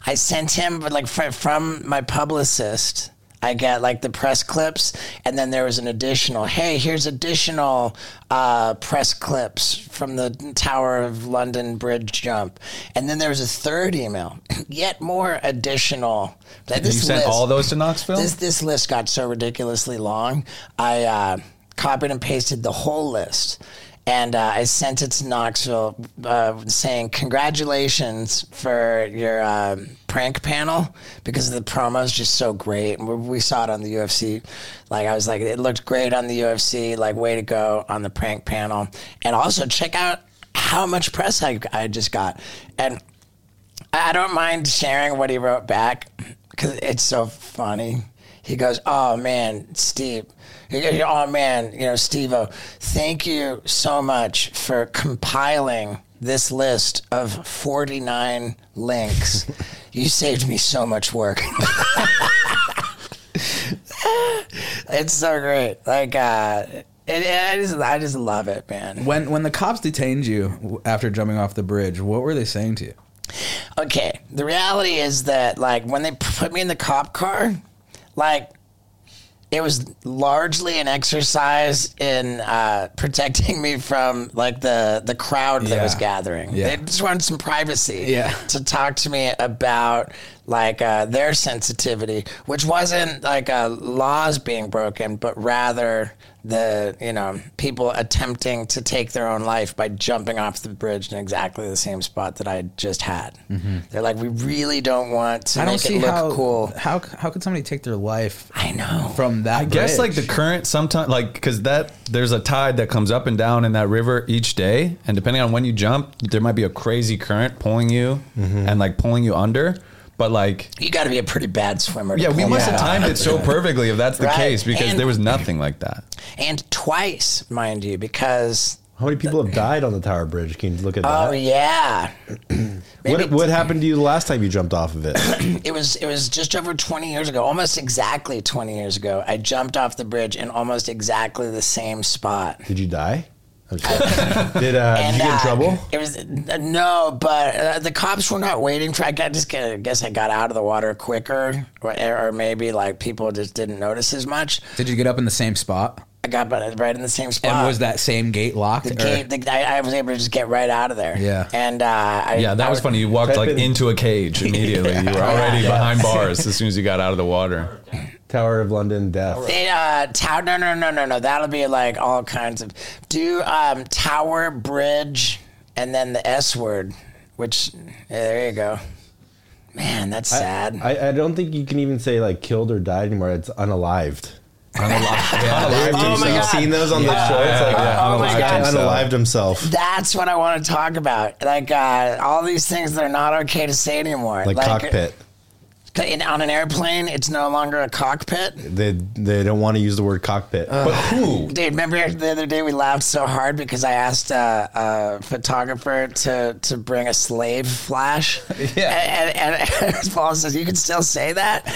I sent him but, like fr- from my publicist. I get like the press clips, and then there was an additional. Hey, here's additional uh, press clips from the Tower of London bridge jump, and then there was a third email. Yet more additional. Like,
you sent all those to Knoxville?
This this list got so ridiculously long. I uh, copied and pasted the whole list, and uh, I sent it to Knoxville, uh, saying congratulations for your um prank panel because the promo is just so great. We, we saw it on the UFC. Like I was like, it looked great on the UFC. Like way to go on the prank panel, and also check out how much press I I just got and. I I don't mind sharing what he wrote back because it's so funny. He goes, "Oh man, Steve, He goes, oh man, you know, Steve-O, thank you so much for compiling this list of forty-nine links. you saved me so much work." it's so great. Like, uh, it, I just, I just love it, man.
When when the cops detained you w- after jumping off the bridge, what were they saying to you?
okay, the reality is that like when they put me in the cop car, like it was largely an exercise in uh, protecting me from like the the crowd that
Yeah.
was gathering.
Yeah.
They just wanted some privacy.
Yeah.
To talk to me about like uh, their sensitivity, which wasn't like uh, laws being broken, but rather the you know people attempting to take their own life by jumping off the bridge in exactly the same spot that I just had.
Mm-hmm.
They're like, we really don't want to
I don't
make
see
it look
how
cool.
how how could somebody take their life
I know.
from that.
I guess like
bridge?
the current sometimes like because that there's a tide that comes up and down in that river each day and depending on when you jump there might be a crazy current pulling you and like pulling you under but like
you got to be a pretty bad swimmer. to
yeah we
pull
must
that
have
off.
timed it so perfectly if that's the
Right.
case because
And-
there was nothing like that
and twice, mind you, because
How many people have died on the Tower Bridge? Can you look at
oh
that?
yeah,
what, what happened to you the last time you jumped off of it?
it was it was just over 20 years ago almost exactly 20 years ago i jumped off the bridge in almost exactly the same spot
Did you die? I'm just kidding. Did, uh, did you get in
uh,
trouble?
It was uh, no, but uh, the cops were not waiting for. I got, just I guess I got out of the water quicker, or, or maybe like people just didn't notice as much.
Did you get up in the same spot?
I got but- right in the same spot.
And was that same gate locked?
Uh, the
or-
gate? The, I, I was able to just get right out of there.
Yeah.
and uh, I,
Yeah, that
I
was funny. You walked
Type
like
in-
into a cage immediately. You were already behind bars as soon as you got out of the water.
Tower of London death.
They, uh, tower. No, no, no, no, no. That'll be like all kinds of do um, tower bridge and then the S word, which yeah, there you go. Man, that's sad.
I, I don't think you can even say like killed or died anymore. It's unalived.
Unalive. Unalive
Oh my
Have you
God.
himself.
seen those on the show? It's like,
yeah,
oh my
unalived
God.
himself. Unalived himself.
That's what I want to talk about. Like uh, all these things that are not okay to say anymore.
Like, cockpit.
in- on an airplane, it's no longer a cockpit.
They they don't want to use the word cockpit.
Uh,
But who?
Dude, remember the other day we laughed so hard because I asked a, a photographer to, to bring a slave flash.
Yeah.
And, and, and Paul says, You can still say that?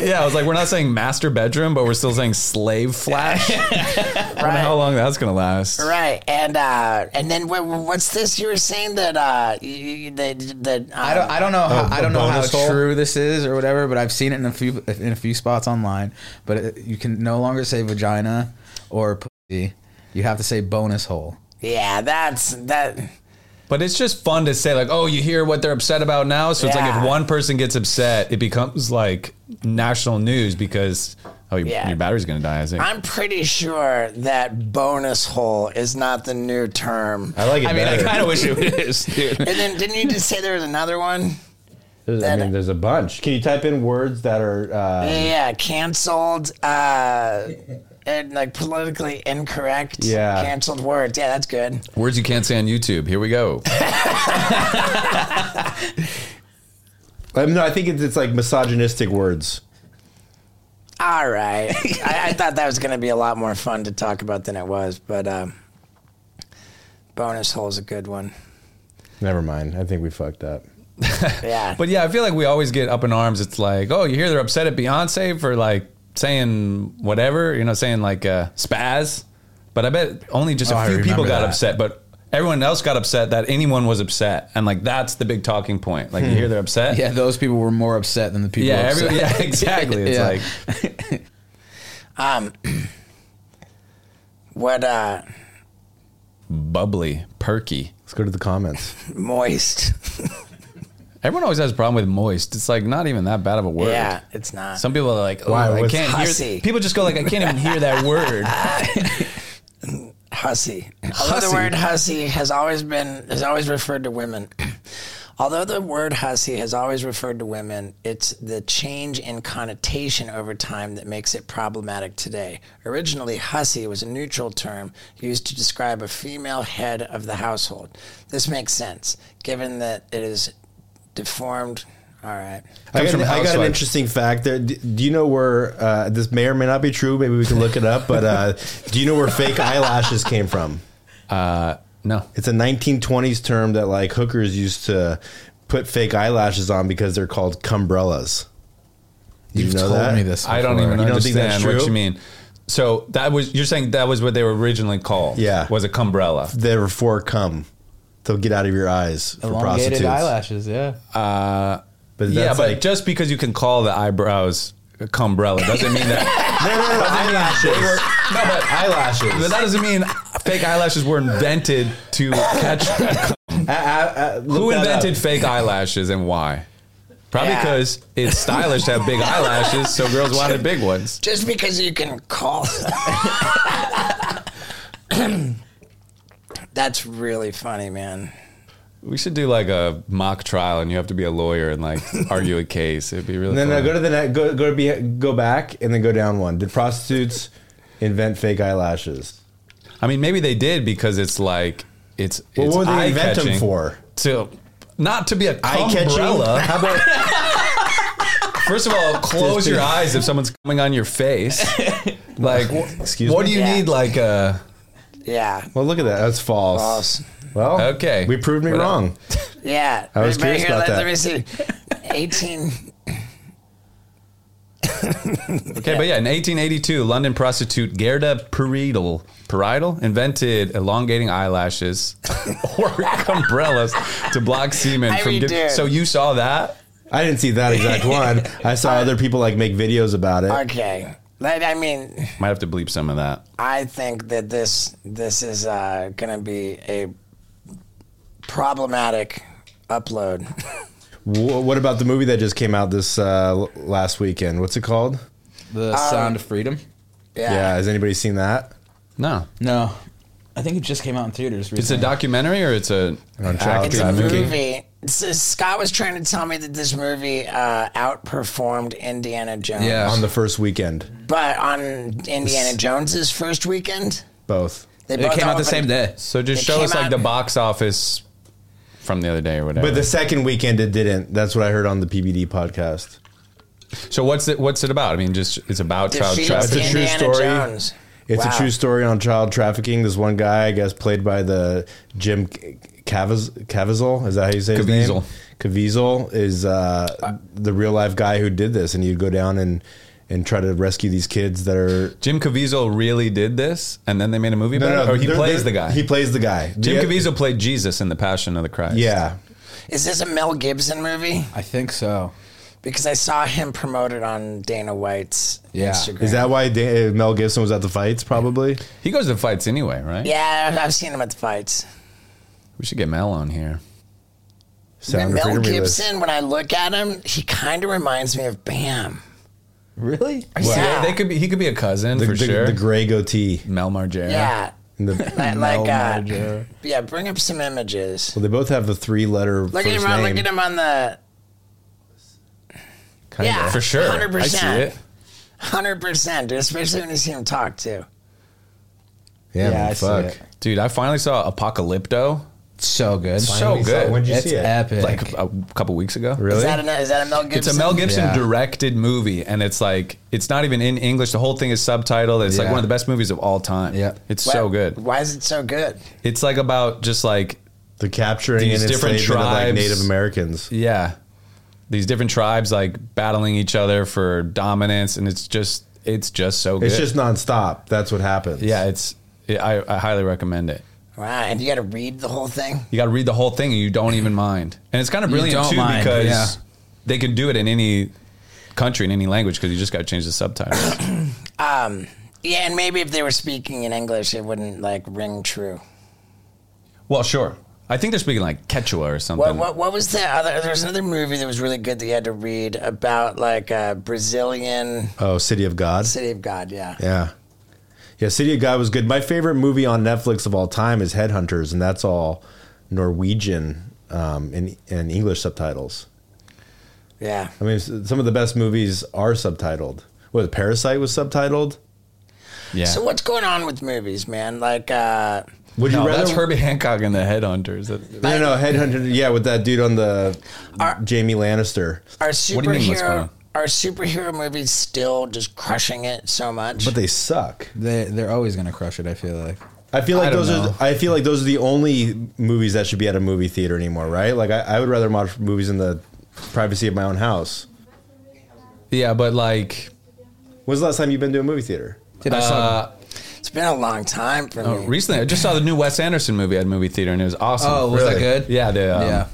Yeah, I was like, we're not saying master bedroom, but we're still saying slave flash. I don't know how long that's gonna last.
right. And uh, and then wh- wh- what's this you were saying that uh, you- you, that, that um,
I don't, I don't know how,
a
I don't know how
bonus hole?
true this is or whatever, but I've seen it in a few in a few spots online. But it, you can no longer say vagina or pussy. You have to say bonus hole.
Yeah, that's that.
But it's just fun to say, like, oh, you hear what they're upset about now. So it's like
Yeah.
if one person gets upset, it becomes like national news because oh, your,
Yeah.
your battery's gonna die. I think.
I'm pretty sure that bonus hole is not the new term.
I like it.
I mean, I
better.
kind of wish it is, dude.
And then didn't you just say there was another one?
There's, I
that-
mean, there's a bunch. Can you type in words that are? Uh,
Yeah, canceled. Uh, and like politically incorrect.
Yeah.
canceled words. Yeah, that's good.
Words you can't say on YouTube. Here we go.
I mean, um, no, I think it's, it's like misogynistic words.
All right, I, I thought that was going to be a lot more fun to talk about than it was, but um, bonus hole's a good one.
Never mind. I think we fucked up.
Yeah,
But yeah, I feel like we always get up in arms. It's like, oh, you hear they're upset at Beyonce for like saying whatever, you know, saying like uh, spaz. But I bet only just
Oh,
a
I
few people
remember
got
that.
upset, but everyone else got upset that anyone was upset. And like, that's the big talking point. Like, you hear they're upset.
Yeah, those people were more upset than the people.
Yeah,
upset.
every, yeah, exactly. It's
Yeah.
like,
what uh,
bubbly, perky.
Let's go to the comments.
moist?
Everyone always has a problem with moist. It's like not even that bad of a word.
Yeah, it's not.
Some people are like, oh,
Why?
I
What's
can't
hussy?
hear. People just go like, I can't even hear that word.
Hussy. Although the
Hussy.
word hussy has always been has always referred to women. Although the word hussy has always referred to women, it's the change in connotation over time that makes it problematic today. Originally, hussy was a neutral term used to describe a female head of the household. This makes sense, given that it is deformed. All right.
I got,
from
an, I got an
housewife.
interesting fact there. Do, do you know where uh, this may or may not be true? Maybe we can look it up. But uh, do you know where fake eyelashes came from?
No.
It's a 1920s term that like hookers used to put fake eyelashes on because they're called cumbrellas. Did
You've told me this.
I don't
before.
even
You don't think
understand
that's
what
true?
you mean. So that was you're saying that was what they were originally called.
Yeah.
was a cumbrella.
They were for cum. They'll get out of your eyes for
Elongated
prostitutes.
eyelashes. Yeah.
But that's
yeah, but
like
just because you can call the eyebrows a cumbrella doesn't mean that.
no, no, no,
they were- no, but
eyelashes. Eyelashes.
but that doesn't mean fake eyelashes were invented to catch.
Uh,
Who invented fake eyelashes and why? Probably
Yeah.
because it's stylish to have big eyelashes, so girls wanted big ones.
Just because you can call. That's really funny, man.
We should do like a mock trial, and you have to be a lawyer and like argue a case. It'd be really.
No, no.
fun.
uh, Go to the net. Go go to be go back and then go down one. Did prostitutes invent fake eyelashes?
I mean, maybe they did because it's like it's.
Well,
it's
what would they invent them
eye-catching
for?
To not to be a
Eye catching.
umbrella.
How about
First of all, close
Just
your
be-
eyes if someone's coming on your face. Like, wh-
Excuse
what
me?
do you
Yeah.
need? Like uh, a
Yeah.
Well, look at that. That's false.
False.
Well,
Okay.
We proved me
Whatever.
wrong.
Yeah.
I was
Right
curious
here, let,
about that.
let me see. 18.
Okay, but yeah, in 1882, London prostitute Gerda Paridal, Paridal invented elongating eyelashes or umbrellas to block semen
I
from
mean,
getting.
dude.
So you saw that?
I didn't see that exact one. I saw other people like make videos about it.
Okay. Like, I mean,
Might have to bleep some of that.
I think that this this is uh, going to be a problematic upload.
Wh- What about the movie that just came out this uh, l- last weekend? What's it called?
Um,
The Sound of Freedom.
yeah.
Yeah. has anybody seen that?
No,
No, I think it just came out in theaters.
it's a
recently.
documentary or it's a
On child
It's a
trafficking.
movie. So Scott was trying to tell me that this movie uh, outperformed Indiana Jones.
Yeah.
On the first weekend,
But on Indiana Jones's first weekend,
both.
they
It came out the
opened-
same day.
So just
It
show
came
us like
out-
the box office from the other day or whatever.
But the second weekend it didn't. That's what I heard on the PBD podcast.
so what's it? What's it about? I mean, just it's about child
defeats
It's a
trafficking.
true
Indiana
story.
Jones.
It's
Wow.
a true story on child trafficking. This one guy, I guess, played by the Jim C- Cavaz- Caviezel. Is that how you say his
Caviezel.
name? Caviezel is uh, the real life guy who did this, and you'd go down and and try to rescue these kids that are.
Jim Caviezel really did this, and then they made a movie about it. Or he
they're-
plays the
they're-
guy.
He plays the guy.
Jim
Yeah.
Caviezel played Jesus in The Passion of the Christ.
Yeah,
Is this a Mel Gibson movie?
I think so.
Because I saw him promoted on Dana White's
Yeah.
Instagram.
is that why Dan- uh, Mel Gibson was at the fights? Probably.
He goes to fights anyway, right?
Yeah, I've seen him at the fights.
We should get Mel on here.
Sound of
Mel
Freedom release.
Gibson, when I look at him, he kind of reminds me of Bam.
Really?
Yeah.
Yeah. They could be. He could be a cousin
The,
for
the,
sure.
the gray goatee.
Mel Margera.
yeah.
And the,
Like,
Oh
like uh,
Margera.
yeah, bring up some images.
well, they both have the three letter
Look
first
at him. On,
name.
look at him on the
Kinda.
Yeah,
for sure. I see
100%.
it.
hundred percent, especially when you see him talk too.
Yeah,
Yeah,
man,
I see
fuck.
it.
Dude, I finally saw Apocalypto
So good.
So
Finally saw it.
good.
When'd you
it's
see it?
epic.
like a couple weeks ago.
Really?
Is that a, is that a Mel Gibson?
It's a Mel Gibson
Yeah.
directed movie, and it's like it's not even in English. The whole thing is subtitled. It's like
Yeah.
one of the best movies of all time.
Yeah.
it's
Why-
so good.
Why is it so good?
It's like about just like
The capturing
These
and
different
enslavement of like
tribes.
Native Americans.
yeah, these different tribes like battling each other for dominance, and it's just it's just so good.
It's just nonstop. That's what happens.
yeah, it's I, I highly recommend it.
Wow, and you got to read the whole thing.
You got to read the whole thing, and you don't even mind. And it's kind of
You
brilliant
don't
too
mind,
because
yeah.
they can do it in any country in any language because you just got to change the subtitles.
Um, Yeah, and maybe if they were speaking in English, it wouldn't like ring true.
well, sure. I think they're speaking like Quechua or something.
What, what, what was the other? There was another movie that was really good that you had to read about like a Brazilian
Oh, City of God.
city of God. Yeah.
Yeah. Yeah, City of God was good. My favorite movie on Netflix of all time is Headhunters, and that's all Norwegian um, and, and English subtitles.
Yeah.
I mean, s- some of the best movies are subtitled. What, Parasite was subtitled?
Yeah.
So what's going on with movies, man? Like, uh,
Would
no,
you rather?
that's Herbie Hancock and the Headhunters. That-
no, no, Headhunter. Yeah, with that dude on the
Are-
Jamie Lannister.
are
What do you mean, what's going
superhero
on?
are superhero movies still just crushing it so much?
But they suck.
they they're always gonna crush it. I feel like.
I feel like
I don't
those
know.
are. I feel like those are the only movies that should be at a movie theater anymore, right? Like I, I would rather watch movies in the privacy of my own house.
yeah, but like
When's the last time you've been to a movie theater?
Dude, I
Uh,
saw-
it's been a long time for
oh,
me.
recently, I just saw the new Wes Anderson movie at a movie theater, and it was awesome.
Oh, was that good?
Yeah, the um,
Yeah.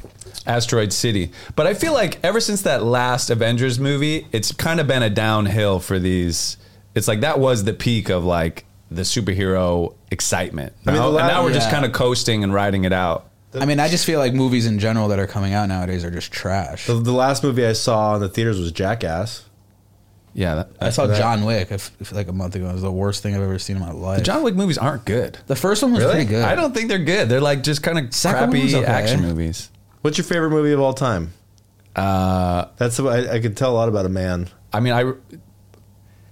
Asteroid City. But I feel like ever since that last Avengers movie, it's kind of been a downhill for these. It's like that was the peak of like the superhero excitement,
I mean,
No?
the
and
la-
now we're just
yeah.
kind of coasting and riding it out.
I mean, I just feel like movies in general that are coming out nowadays are just trash.
The, the last movie I saw in the theaters was Jackass.
Yeah, that,
I saw
that-
John Wick I f- I feel like a month ago. It was the worst thing I've ever seen in my life.
the John Wick movies aren't good.
the first one was pretty good.
I don't think they're good. They're like just kind of
Second one was
crappy
okay.
action movies.
What's your favorite movie of all time? Uh, That's the I, I could tell a lot about a man.
I mean, I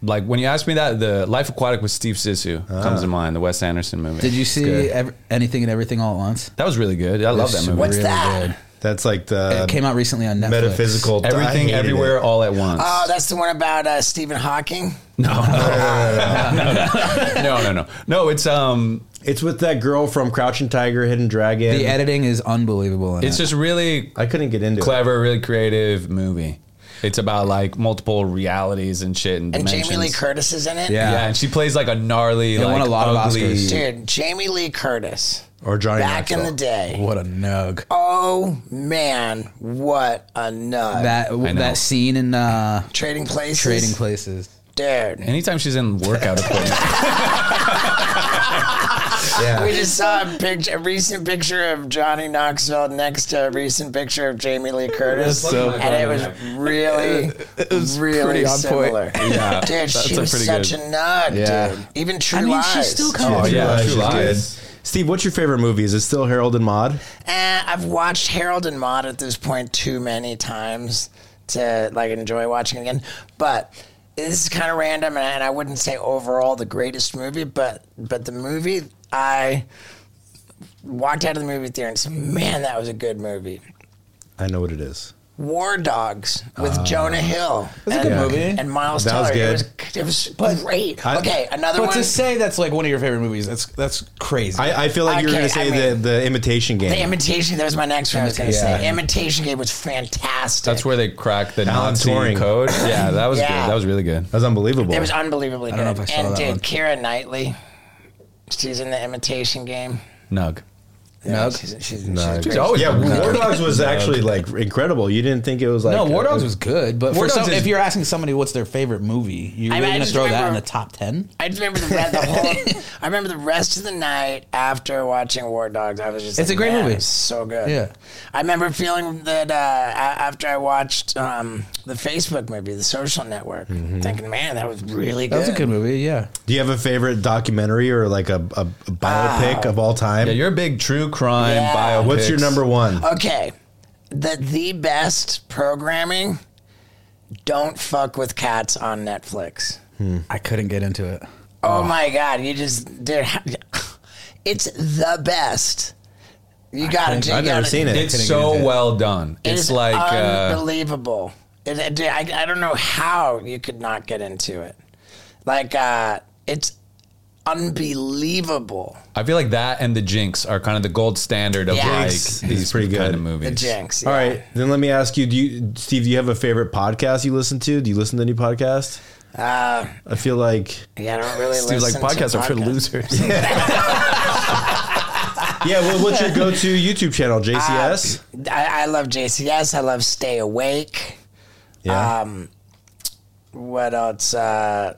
like when you asked me that, the Life Aquatic with Steve Zissou comes to mind, the Wes Anderson movie.
Did you
It's
see
good.
ev- anything and everything all at once?
That was really good. I love that
It's
movie. Um,
What's
really
that?
good.
That's like the
it came out recently on Netflix.
metaphysical. I
Everything,
hated
everywhere,
it.
all at once.
Oh, that's the one about uh, Stephen Hawking.
no, no, no, no. It's um,
It's with that girl from Crouching Tiger, Hidden Dragon.
The editing is unbelievable. In
it's
it.
just really
I couldn't get into it.
clever, really creative movie. It's about like multiple realities and shit and,
And
dimensions.
Jamie Lee Curtis is in it.
Yeah. and she plays like a gnarly,
won
like
a lot of
ugly.
Oscars.
Dude, Jamie Lee Curtis.
Or Johnny
Back in the
Knoxville.
day.
What a nug.
Oh man, what a nut.
That
know.
that scene in uh,
Trading places.
Trading Places.
Dude.
Anytime she's in workout equipment,
We
Yeah.
just saw a picture, a recent picture of Johnny Knoxville next to a recent picture of Jamie Lee Curtis,
so
and it was really, really
pretty on
similar.
point.
Yeah, dude,
that's
she
a
was
pretty
such
good-
a nut,
Yeah.
dude. Even True
I mean,
Lies.
she's still kind
Oh,
of.
yeah,
True
True
Lies.
Lies.
Steve, what's your favorite movie? Is it still Harold and Maude?
Eh, I've watched Harold and Maude at this point too many times to like enjoy watching again. But this is kind of random, and I, and I wouldn't say overall the greatest movie, but but the movie I walked out of the movie theater and said, "Man, that was a good movie."
I know what it is.
War Dogs with Jonah Hill. That's
a good
and,
movie.
And Miles
Ah. That was
Teller.
good.
It was it was great.
I-
okay, another
But
one.
to say that's like one of your favorite movies, that's that's crazy.
I, I feel like you were
Okay,
going to say
I mean-
the, the Imitation Game.
the imitation. That was my next one. I was going to say. Imitation Game was fantastic.
that's where they crack the
Alan
Nazi
Turing.
code. Yeah, that was
Yeah.
good. That was really good.
That was unbelievable.
It was unbelievably
don't know
good.
if I saw
And
that
dude,
one.
Kira Knightley, she's in the Imitation Game.
Nug.
Yeah,
Nug?
she's, she's,
No,
she's great.
always
yeah,
been
War
good.
Dogs was actually like incredible. You didn't think it was like
no, War
uh,
Dogs was good, but
War
for
Dogs
some,
is-
if you're asking somebody what's their favorite movie, you're
I mean,
really
I
gonna
just
throw that in
remember-
the top ten.
I just remember the, the whole. I remember the rest of the night after watching War Dogs. I was just.
It's
like,
a great
"Man,
movie."
it's so good.
Yeah.
I remember feeling that uh, a- after I watched um, the Facebook movie, The Social Network, thinking, "Man, that was really good."
Mm-hmm. That was a good movie. Yeah,
Do you have a favorite documentary or like a, a, a biopic of all time?
Yeah, you're a big true crime
Yeah.
bio.
What's your number one?
Okay, the the best programming. Don't fuck with cats on Netflix.
Mm. I couldn't get into it.
Oh my god, you just dude, it's the best. You got it.
I've never seen it.
It's
Couldn't
so
get into it.
well done.
It
it's
is
like uh,
unbelievable. It- it- dude, I, I don't know how you could not get into it. Like uh, it's unbelievable.
I feel like that and the Jinx are kind of the gold standard of
Yeah. Jinx
like these
is pretty
kind
good.
of movies.
The jinx.
All
yeah.
right, then let me ask you: Do you, Steve? Do you have a favorite podcast you listen to? Do you listen to any podcast?
Uh,
I feel like
yeah, I don't really
Dude, like
listen
podcasts
to
are for
podcasts.
losers.
yeah. Well, what's your go-to YouTube channel?
Uh,
JCS.
I, I love JCS. I love Stay Awake.
yeah.
uh, what else? Uh,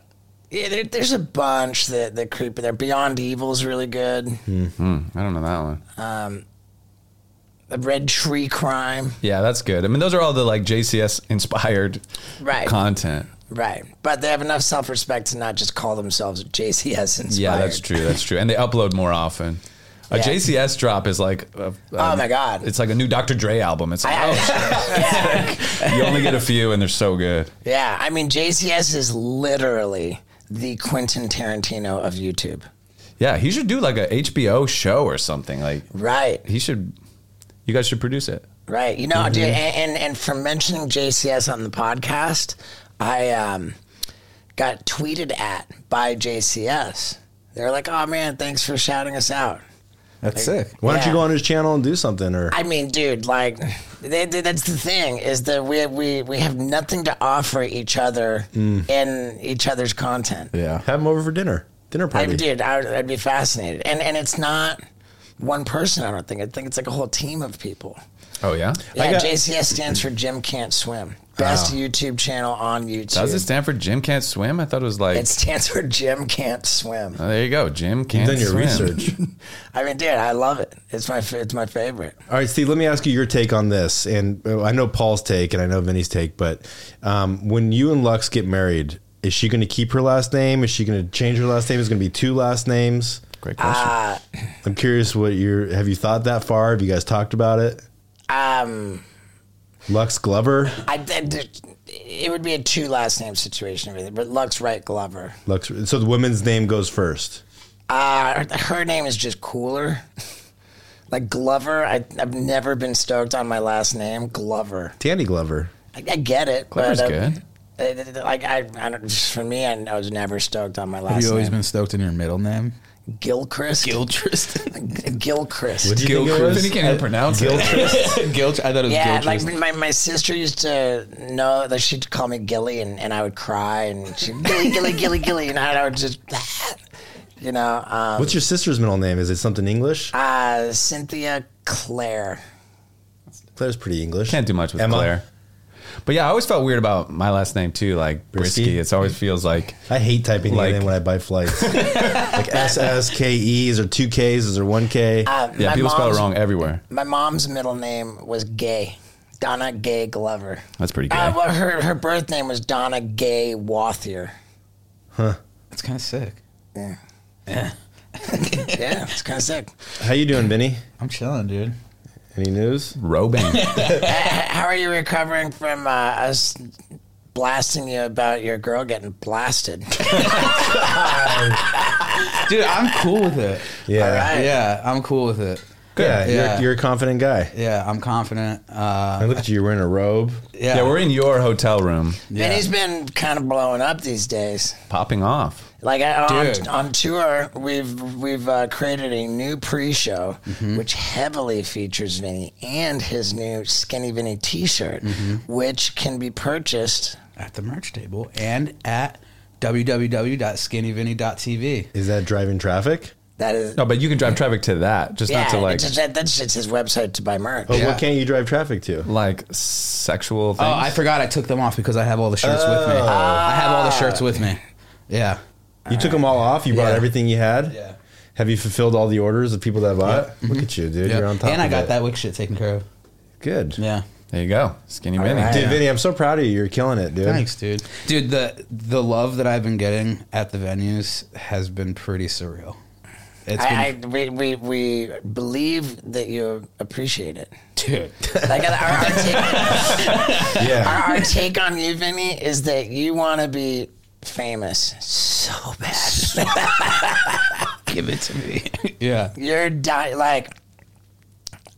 yeah, there, there's a bunch that that creep in there. Beyond Evil's really good.
Hmm,
I don't know that one.
The Red Tree Crime,
Yeah, that's good. I mean, those are all the like JCS inspired
right?
content.
right. But they have enough self respect to not just call themselves JCS inspired.
Yeah, that's true. That's true. And they upload more often. A
Yeah.
JCS drop is like, a,
Oh my God.
it's like a new Dr. Dre album. It's like,
I- yeah.
oh, you only get a few, and they're so good.
yeah, I mean JCS is literally the Quentin Tarantino of YouTube.
Yeah, he should do like a HBO show or something. Like
Right,
he should, you guys should produce it.
right. You know,
Mm-hmm.
dude, and, and and for mentioning JCS on the podcast, I um got tweeted at by JCS. They're like, "Oh man, thanks for shouting us out."
That's sick.
Why don't you
yeah.
go on his channel and do something? Or
I mean, dude, like they, they- that's the thing is that we we we have nothing to offer each other
Mm.
in each other's content.
Yeah,
have him over for dinner. Dinner
I
party.
dude, I would, I'd be fascinated, and and it's not one person. I don't think. I think it's like a whole team of people.
Oh yeah,
Yeah,
got-
JCS stands for Jim Can't Swim. Best YouTube channel on YouTube.
does it stand for Jim Can't Swim? I thought it was like.
It stands for Jim Can't Swim.
Oh, there you go, Jim Can't
Done your
Swim.
research.
I mean, dude, I love it. It's my fa- it's my favorite.
All right, Steve. Let me ask you your take on this, and uh, I know Paul's take, and I know Vinny's take. But um, when you and Lux get married, is she going to keep her last name? Is she going to change her last name? Is it going to be two last names?
Great question.
Uh,
I'm curious what your have you thought that far? Have you guys talked about it?
Um,
Lux Glover,
I did. It would be a two last name situation, really, but Lux Wright Glover.
Lux. So the woman's name goes first.
Uh, her name is just cooler. like Glover, I, I've never been stoked on my last name, Glover.
Tandy Glover.
I, I get it.
Glover's
but, uh,
good.
It- it- Like I, I don't, just for me, I, I was never stoked on my last
Have you always
name.
been stoked in your middle name?
Gilchrist.
Gilchrist.
Gilchrist.
you think it
Gilchrist.
was?
I think you can't even pronounce it.
Gilchrist. I thought it was
Yeah,
Gilchrist.
like my, my sister used to know that she'd call me Gilly, and, and I would cry, and she'd Gilly, Gilly, Gilly, Gilly, and I would just, you know, um,
What's your sister's middle name? Is it something English?
uh, Cynthia Claire.
Claire's pretty English.
Can't do much with
Emma?
Claire. But yeah, I always felt weird about my last name too, like
Brisky?
Brisky. It's always feels like
I hate typing
Like-
anything when I buy flights. like S S K E. Is there two Ks? Is there one K?
Uh,
yeah,
my
people spell it
mom's-
wrong everywhere.
My mom's middle name was Gay, Donna Gay Glover.
That's pretty good.
Uh, well, her her birth name was Donna Gay Wathier.
That's kind of sick.
Yeah, yeah, it's kind of sick.
How you doing, Vinny?
I'm chilling, dude.
Any news?
Robang.
How are you recovering from uh, us blasting you about your girl getting blasted?
Dude, I'm cool with it.
Yeah.
All right.
Yeah, I'm cool with it.
Yeah,
Yeah.
You're, you're a confident guy.
Yeah, I'm confident. Uh,
I look at you. You're wearing a robe.
yeah,
yeah, we're in your hotel room,
And he's been kind of blowing up these days.
popping off.
Like I,
Dude.
on, on tour, we've we've uh, created a new pre-show which heavily features Vinny and his new Skinny Vinny T-shirt, which can be purchased.
at the merch table and at www.skinnyvinny.tv.
Is that driving traffic?
That is,
No, but you can drive traffic to that, just
yeah,
not to like
it's just, that, that's just his website to buy merch.
But
Yeah.
what can't you drive traffic to?
like sexual things.
Oh, I forgot I took them off because I have all the shirts with me.
Oh.
I have all the shirts with me. Yeah.
You took them all off. You bought
Yeah.
everything you had.
Yeah.
Have you fulfilled all the orders of people that bought? Look at you, dude.
Yep.
You're on top.
and I
of
got
it.
that wick shit taken care of.
Good.
Yeah.
there you go, skinny mini.
right.
Dude,
Yeah.
Vinny, I'm so proud of you. You're killing it, dude.
Thanks, dude. Dude, the the love that I've been getting at the venues has been pretty surreal. It's been
I, I we, we we believe that you appreciate it.
dude.
Like our, our, take,
Yeah.
our, our take on you, Vinny, is that you want to be famous so bad.
Give it to me. yeah.
You're di- like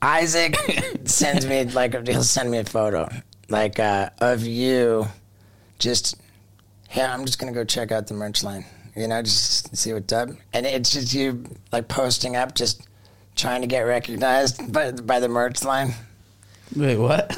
Isaac sends me like he'll send me a photo like uh, of you. Just hey, I'm just gonna go check out the merch line. You know, just see what's up. And it's just you like posting up, just trying to get recognized by, by the merch line.
Wait, what?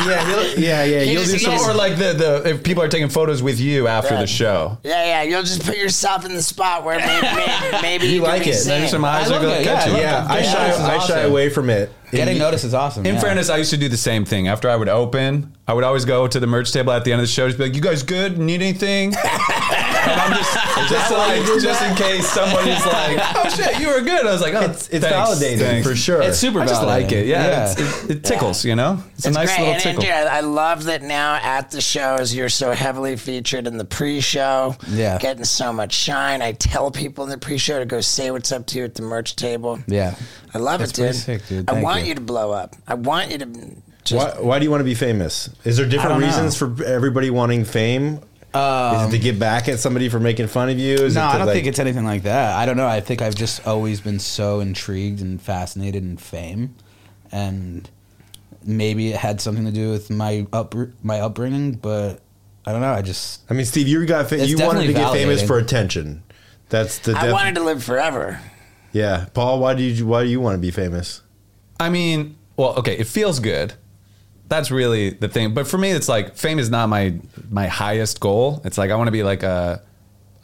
yeah, he'll- yeah, yeah.
He
You'll
just-
do
he
some
just-
or like the the if people are taking photos with you after
Yeah.
the show.
Yeah, yeah. You'll just put yourself in the spot where maybe, maybe, maybe you,
You
can
like
be
it.
seen.
Maybe some eyes
I
are
love
gonna
that, yeah,
catch
I
you.
love
Yeah,
that.
I
Yeah,
shy,
this is
I shy
awesome.
away from it.
Getting
And-
noticed is awesome.
In
yeah.
fairness, I used to do the same thing. After I would open, I would always go to the merch table at the end of the show, just be like, "You guys good? Need anything?" and I'm just, just like, just in case somebody's like, "Oh shit, you were good." I was like, "Oh,
It's, it's
thanks,
validating
thanks."
for sure.
It's super
I just
validating.
like it. Yeah,
Yeah.
It's, it, it tickles. You know, it's, a nice
great.
little
and, and,
tickle.
yeah, I love that now at the shows you're so heavily featured in the pre-show.
Yeah.
getting so much shine. I tell people in the pre-show to go say what's up to you at the merch table.
Yeah.
I love
That's
it, dude.
pretty sick, dude.
I
Thank
want you.
you.
to blow up. I want you to just.
Why, why do you want to be famous? Is there different
don't know.
reasons for everybody wanting fame? is it to get back at somebody for making fun of you? Is
No,
it to,
I don't
like-
think it's anything like that. I don't know. I think I've just always been so intrigued and fascinated in fame, and maybe it had something to do with my up my upbringing. But I don't know. I just
I mean, Steve, you got fa-
It's
you wanted to
definitely
get famous
validating.
for attention. That's the
I
def-
wanted to live forever.
yeah. Paul, why do you why do you want to be famous?
I mean, well, okay, it feels good. That's really the thing. But for me, it's like fame is not my my highest goal. It's like I want to be like a,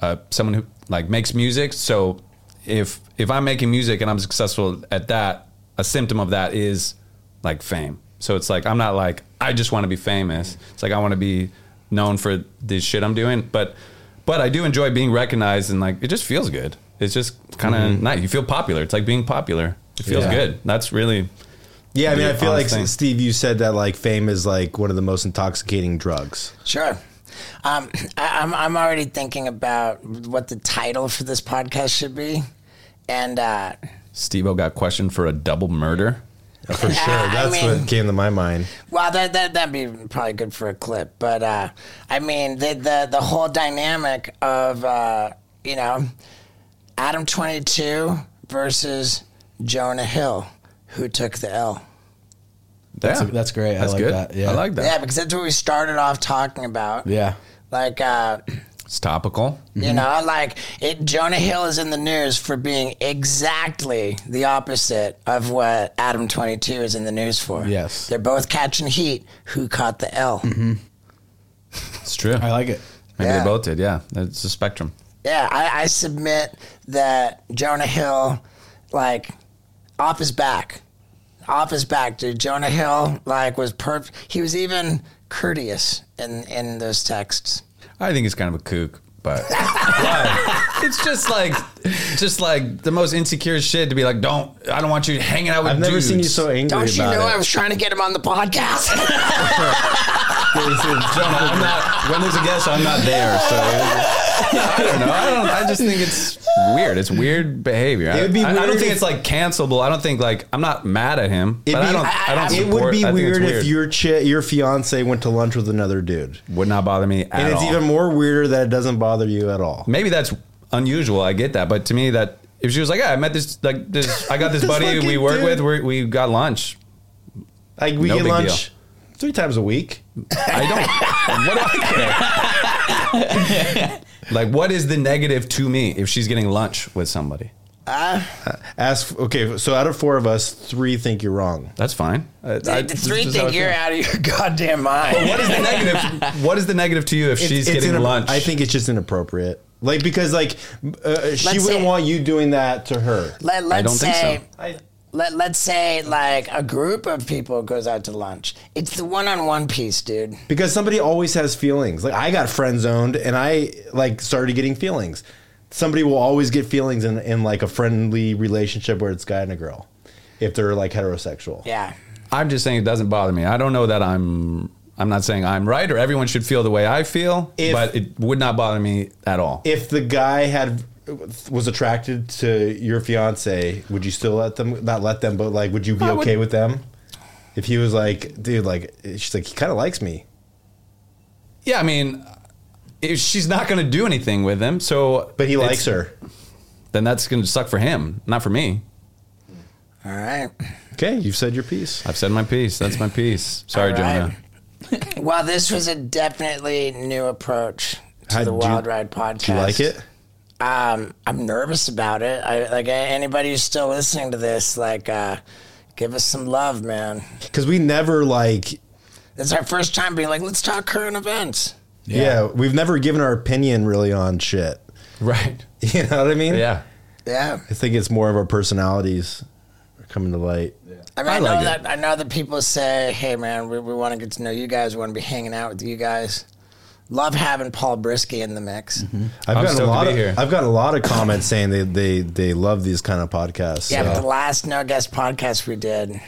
a someone who like makes music. So if if I'm making music and I'm successful at that, a symptom of that is like fame. So it's like I'm not like I just want to be famous. It's like I want to be known for this shit I'm doing. But but I do enjoy being recognized and like it just feels good. It's just kind of nice. You feel popular. It's like being popular. It feels
Yeah.
good. That's really
Yeah, I mean,
Yeah,
I feel like
honest thing.
Steve, you said that like fame is like one of the most intoxicating drugs.
Sure. Um, I, I'm I'm already thinking about what the title for this podcast should be, and uh,
Steve O got questioned for a double murder.
For sure,
I
that's
mean-
what came to my mind.
Well, that that that'd be probably good for a clip, but uh, I mean the the the whole dynamic of uh, you know Adam twenty two versus Jonah Hill, who took the L.
That's
Yeah.
that's great.
That's
I like
good.
that. Yeah.
I like that.
Yeah, because that's what we started off talking about.
Yeah. Mm-hmm.
Like, uh,
It's topical.
you know, like it, Jonah Hill is in the news for being exactly the opposite of what Adam 22 is in the news for.
Yes. Mm-hmm.
They're both catching heat. Who caught the L?
It's true.
I like it.
Maybe
Yeah.
they both did. Yeah, it's a spectrum.
Yeah, I, I submit that Jonah Hill, like, off his back, off his back, dude. Jonah Hill, like, was perfect. He was even courteous in in those texts.
I think he's kind of a kook, but Why? it's just like, just like the most insecure shit to be like, don't. I don't want you hanging out with.
I've never
dudes.
seen you so angry
Don't you
about
know
it.
I was trying to get him on the podcast?
Jonah, I'm not. When there's a guest, I'm not there. So I don't know. I don't. I just think it's weird. It's weird behavior.
It would be
I, I
weird
don't think
if-
it's like cancelable. I don't think like I'm not mad at him, but I
be-
don't. I, don't.
it
support-
would be
I think it's
weird, if your chi- your fiance went to lunch with another dude,
would not bother me at
and it's
all.
even more weirder that it doesn't bother you at all.
Maybe that's unusual. I get that, but to me, that if she was like, yeah, I met this like this. I got this,
This
buddy we
fucking
work
dude.
with. We're, we got lunch.
Like we
No
get
big
lunch three times a week.
I don't. what do I care? like, what is the negative to me if she's getting lunch with somebody?
Ask okay, so out of four of us, three think you're wrong.
That's fine. I- I-
the
this
three
is how
think
I feel.
you're out of your goddamn mind.
What is the negative? What is the negative to you if she's
It's
getting
inappro-
lunch?
I think it's just inappropriate. Like because like uh,
Let's
she wouldn't
say-
want you doing that to her.
Let, let's
don't think
say,
so.
let, let's say like a group of people goes out to lunch. It's the one-on-one piece, dude.
Because somebody always has feelings. Like I got friend zoned and I like started getting feelings. Somebody will always get feelings in, in like a friendly relationship where it's a guy and a girl. If they're like heterosexual.
Yeah.
I'm just saying it doesn't bother me. I don't know that I'm. I'm not saying I'm right or everyone should feel the way I feel,
If-
but it would not bother me at all.
If the guy had was attracted to your fiance, would you still let them not let them, but like would you be
I would-
okay with them? If he was like, dude, like she's like, he kinda likes me.
yeah, I mean, if she's not going to do anything with him, so
But he
it's-
likes her.
Then that's going to suck for him, not for me.
All right.
Okay, you've said your piece.
I've said my piece. That's my piece. Sorry,
All right.
Jonah.
Well, this was a definitely new approach to
How-
the
do you-
Wild Ride podcast.
Do you like it?
um, I'm nervous about it. I like anybody who's still listening to this, like, uh, give us some love, man.
Because we never like,
It's our first time being like, let's talk current events.
yeah. we've never given our opinion really on shit.
Right.
You know what I mean?
Yeah.
Yeah,
I think it's more of our personalities are coming to light.
I mean, I,
I
know
like it.
that I know that people say, "Hey, man, we, we want to get to know you guys. We want to be hanging out with you guys." Love having Paul Brisky in the mix.
I've
I'm
got a
stoked to
lot
be
of
here.
I've got a lot of comments saying they they they love these kind of podcasts.
Yeah, but
so.
the last no guest podcast we did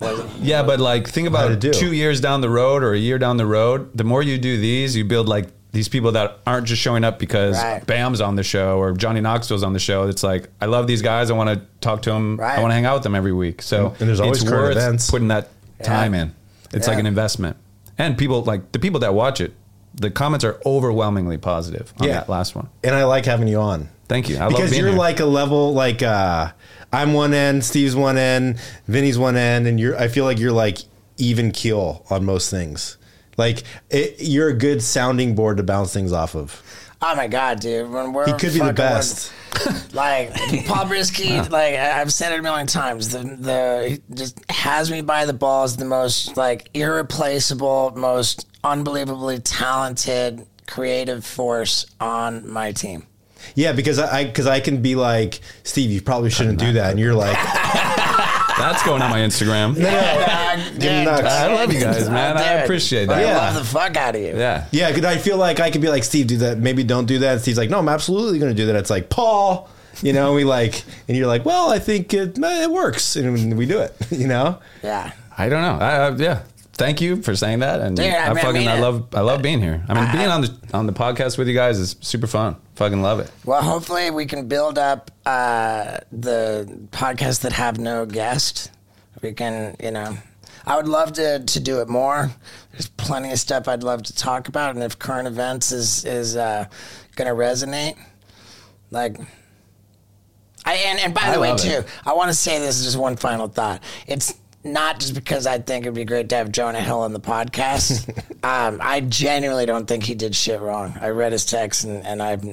was
Yeah, but like think about
to
it,
do.
two years down the road or a year down the road. The more you do these, you build like these people that aren't just showing up because
Right.
Bam's on the show or Johnny Knoxville's on the show. It's like I love these guys. I want to talk to them.
Right.
I want to hang out with them every week. So
And there's always
it's
current
worth
events.
putting that time in. It's like
Yeah.
an investment. And people like the people that watch it. The comments are overwhelmingly positive on
Yeah.
that last one.
and I like having you on.
Thank you. I love
because
being
you're
here.
like a level like uh I'm one end, Steve's one end, Vinny's one end, and you're I feel like you're like even keel on most things. Like it, you're a good sounding board to bounce things off of.
Oh my god, dude! When we're
He could be the
fucking-
best.
Like Paul Brisky,
Uh-huh.
like I- I've said it a million times. The the he just has me by the balls. The most like irreplaceable, most unbelievably talented, creative force on my team.
Yeah, because I because I, can be like Steve, you probably shouldn't do that, and you're like,
That's going on my Instagram.
Yeah,
nuts.
dude.
I
love you guys, man. I
Dude,
appreciate that.
I
Yeah.
love the fuck out of you.
Yeah.
yeah. Could I feel like I could be like Steve, do that? Maybe don't do that. And Steve's like, no, I'm absolutely going to do that. It's like Paul, you know, we like, and you're like, well, I think it, eh, it works, and we do it, you know.
yeah.
I don't know. I, I, yeah. Thank you for saying that. And
Dude, I
I,
mean, I
fucking
mean
I
it.
love I love being here. I mean,
I-
being on the on the podcast with you guys is super fun. Fucking love it.
Well, hopefully we can build up uh, the podcasts that have no guest. We can, you know, I would love to, to do it more. There's plenty of stuff I'd love to talk about, and if current events is is uh, going to resonate, like. I, and, and by the way,
love
too,
it.
I want to say this is just one final thought. It's not just because I think it'd be great to have Jonah Hill on the podcast. um, I genuinely don't think he did shit wrong. I read his text and, and I've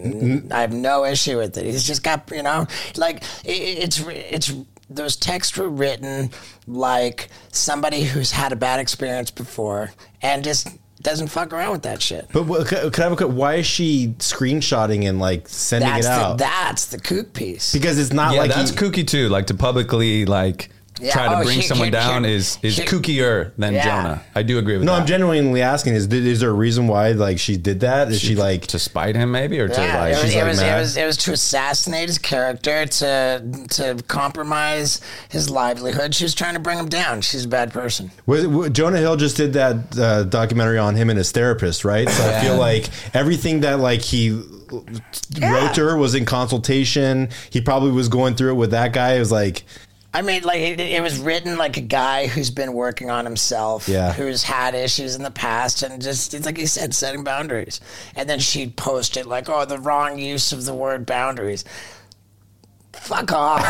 I have no issue with it. He's just got you know like i- i it's it's those texts were written like somebody who's had a bad experience before and just doesn't fuck around with that shit.
But what, could could I have a, why is she screenshotting and like sending
That's
it
the,
out?
that's the kook piece.
because it's not
yeah,
like
that's
he-
kooky too. Like to publicly like
Yeah,
try to
oh,
bring
here-
someone
here-
down
here-
is is
here-
kookier than
Yeah.
Jonah. I do agree with
No,
that.
I'm genuinely asking: Is is there a reason why like she did that? Is she, like
to spite him maybe or to like
it was,
she's,
it,
like,
was, it
mad?
was it was to assassinate his character, to to compromise his livelihood. She was trying to bring him down. She's a bad person.
Was it, w- Jonah Hill just did that uh, documentary on him and his therapist, right? So I feel like everything that like he l- wrote to her was in consultation. He probably was going through it with that guy. It was like,
I mean, like it, it was written like a guy who's been working on himself,
Yeah.
who's had issues in the past, and just it's like he said, setting boundaries. And then she posted like, "Oh, the wrong use of the word boundaries." Fuck off.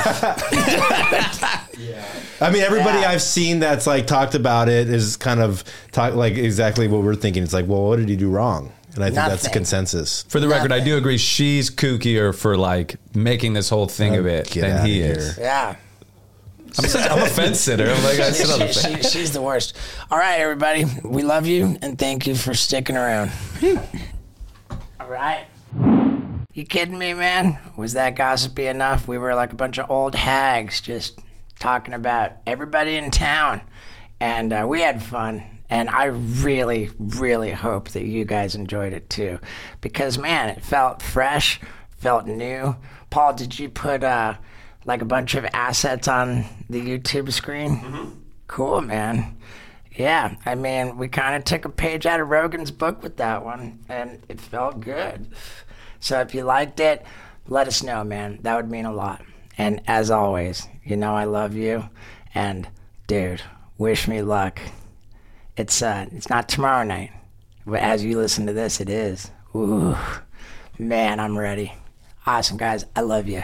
I mean, everybody
Yeah.
I've seen that's like talked about it is kind of talk like exactly what we're thinking. It's like, well, what did he do wrong? And I think that's the
Nothing.
consensus.
For the record, I do agree she's kookier for like making this whole thing of it
Uh, get
than
outta
he
here.
is.
yeah.
I'm, such, I'm a fence sitter. I'm like I
She,
sit on the
she-
fence.
she- she's the worst. All right, everybody. We love you and thank you for sticking around. All right. You kidding me, man? Was that gossipy enough? We were like a bunch of old hags just talking about everybody in town. And uh, we had fun. And I really, really hope that you guys enjoyed it too. Because, man, it felt fresh, felt new. Paul, did you put uh, like a bunch of assets on the YouTube screen? Cool, man. Yeah, I mean, we kind of took a page out of Rogan's book with that one, and it felt good. So if you liked it, let us know, man. That would mean a lot. And as always, you know I love you, and dude, wish me luck. It's uh, it's not tomorrow night, but as you listen to this, it is. Ooh, man, I'm ready. Awesome, guys. I love you.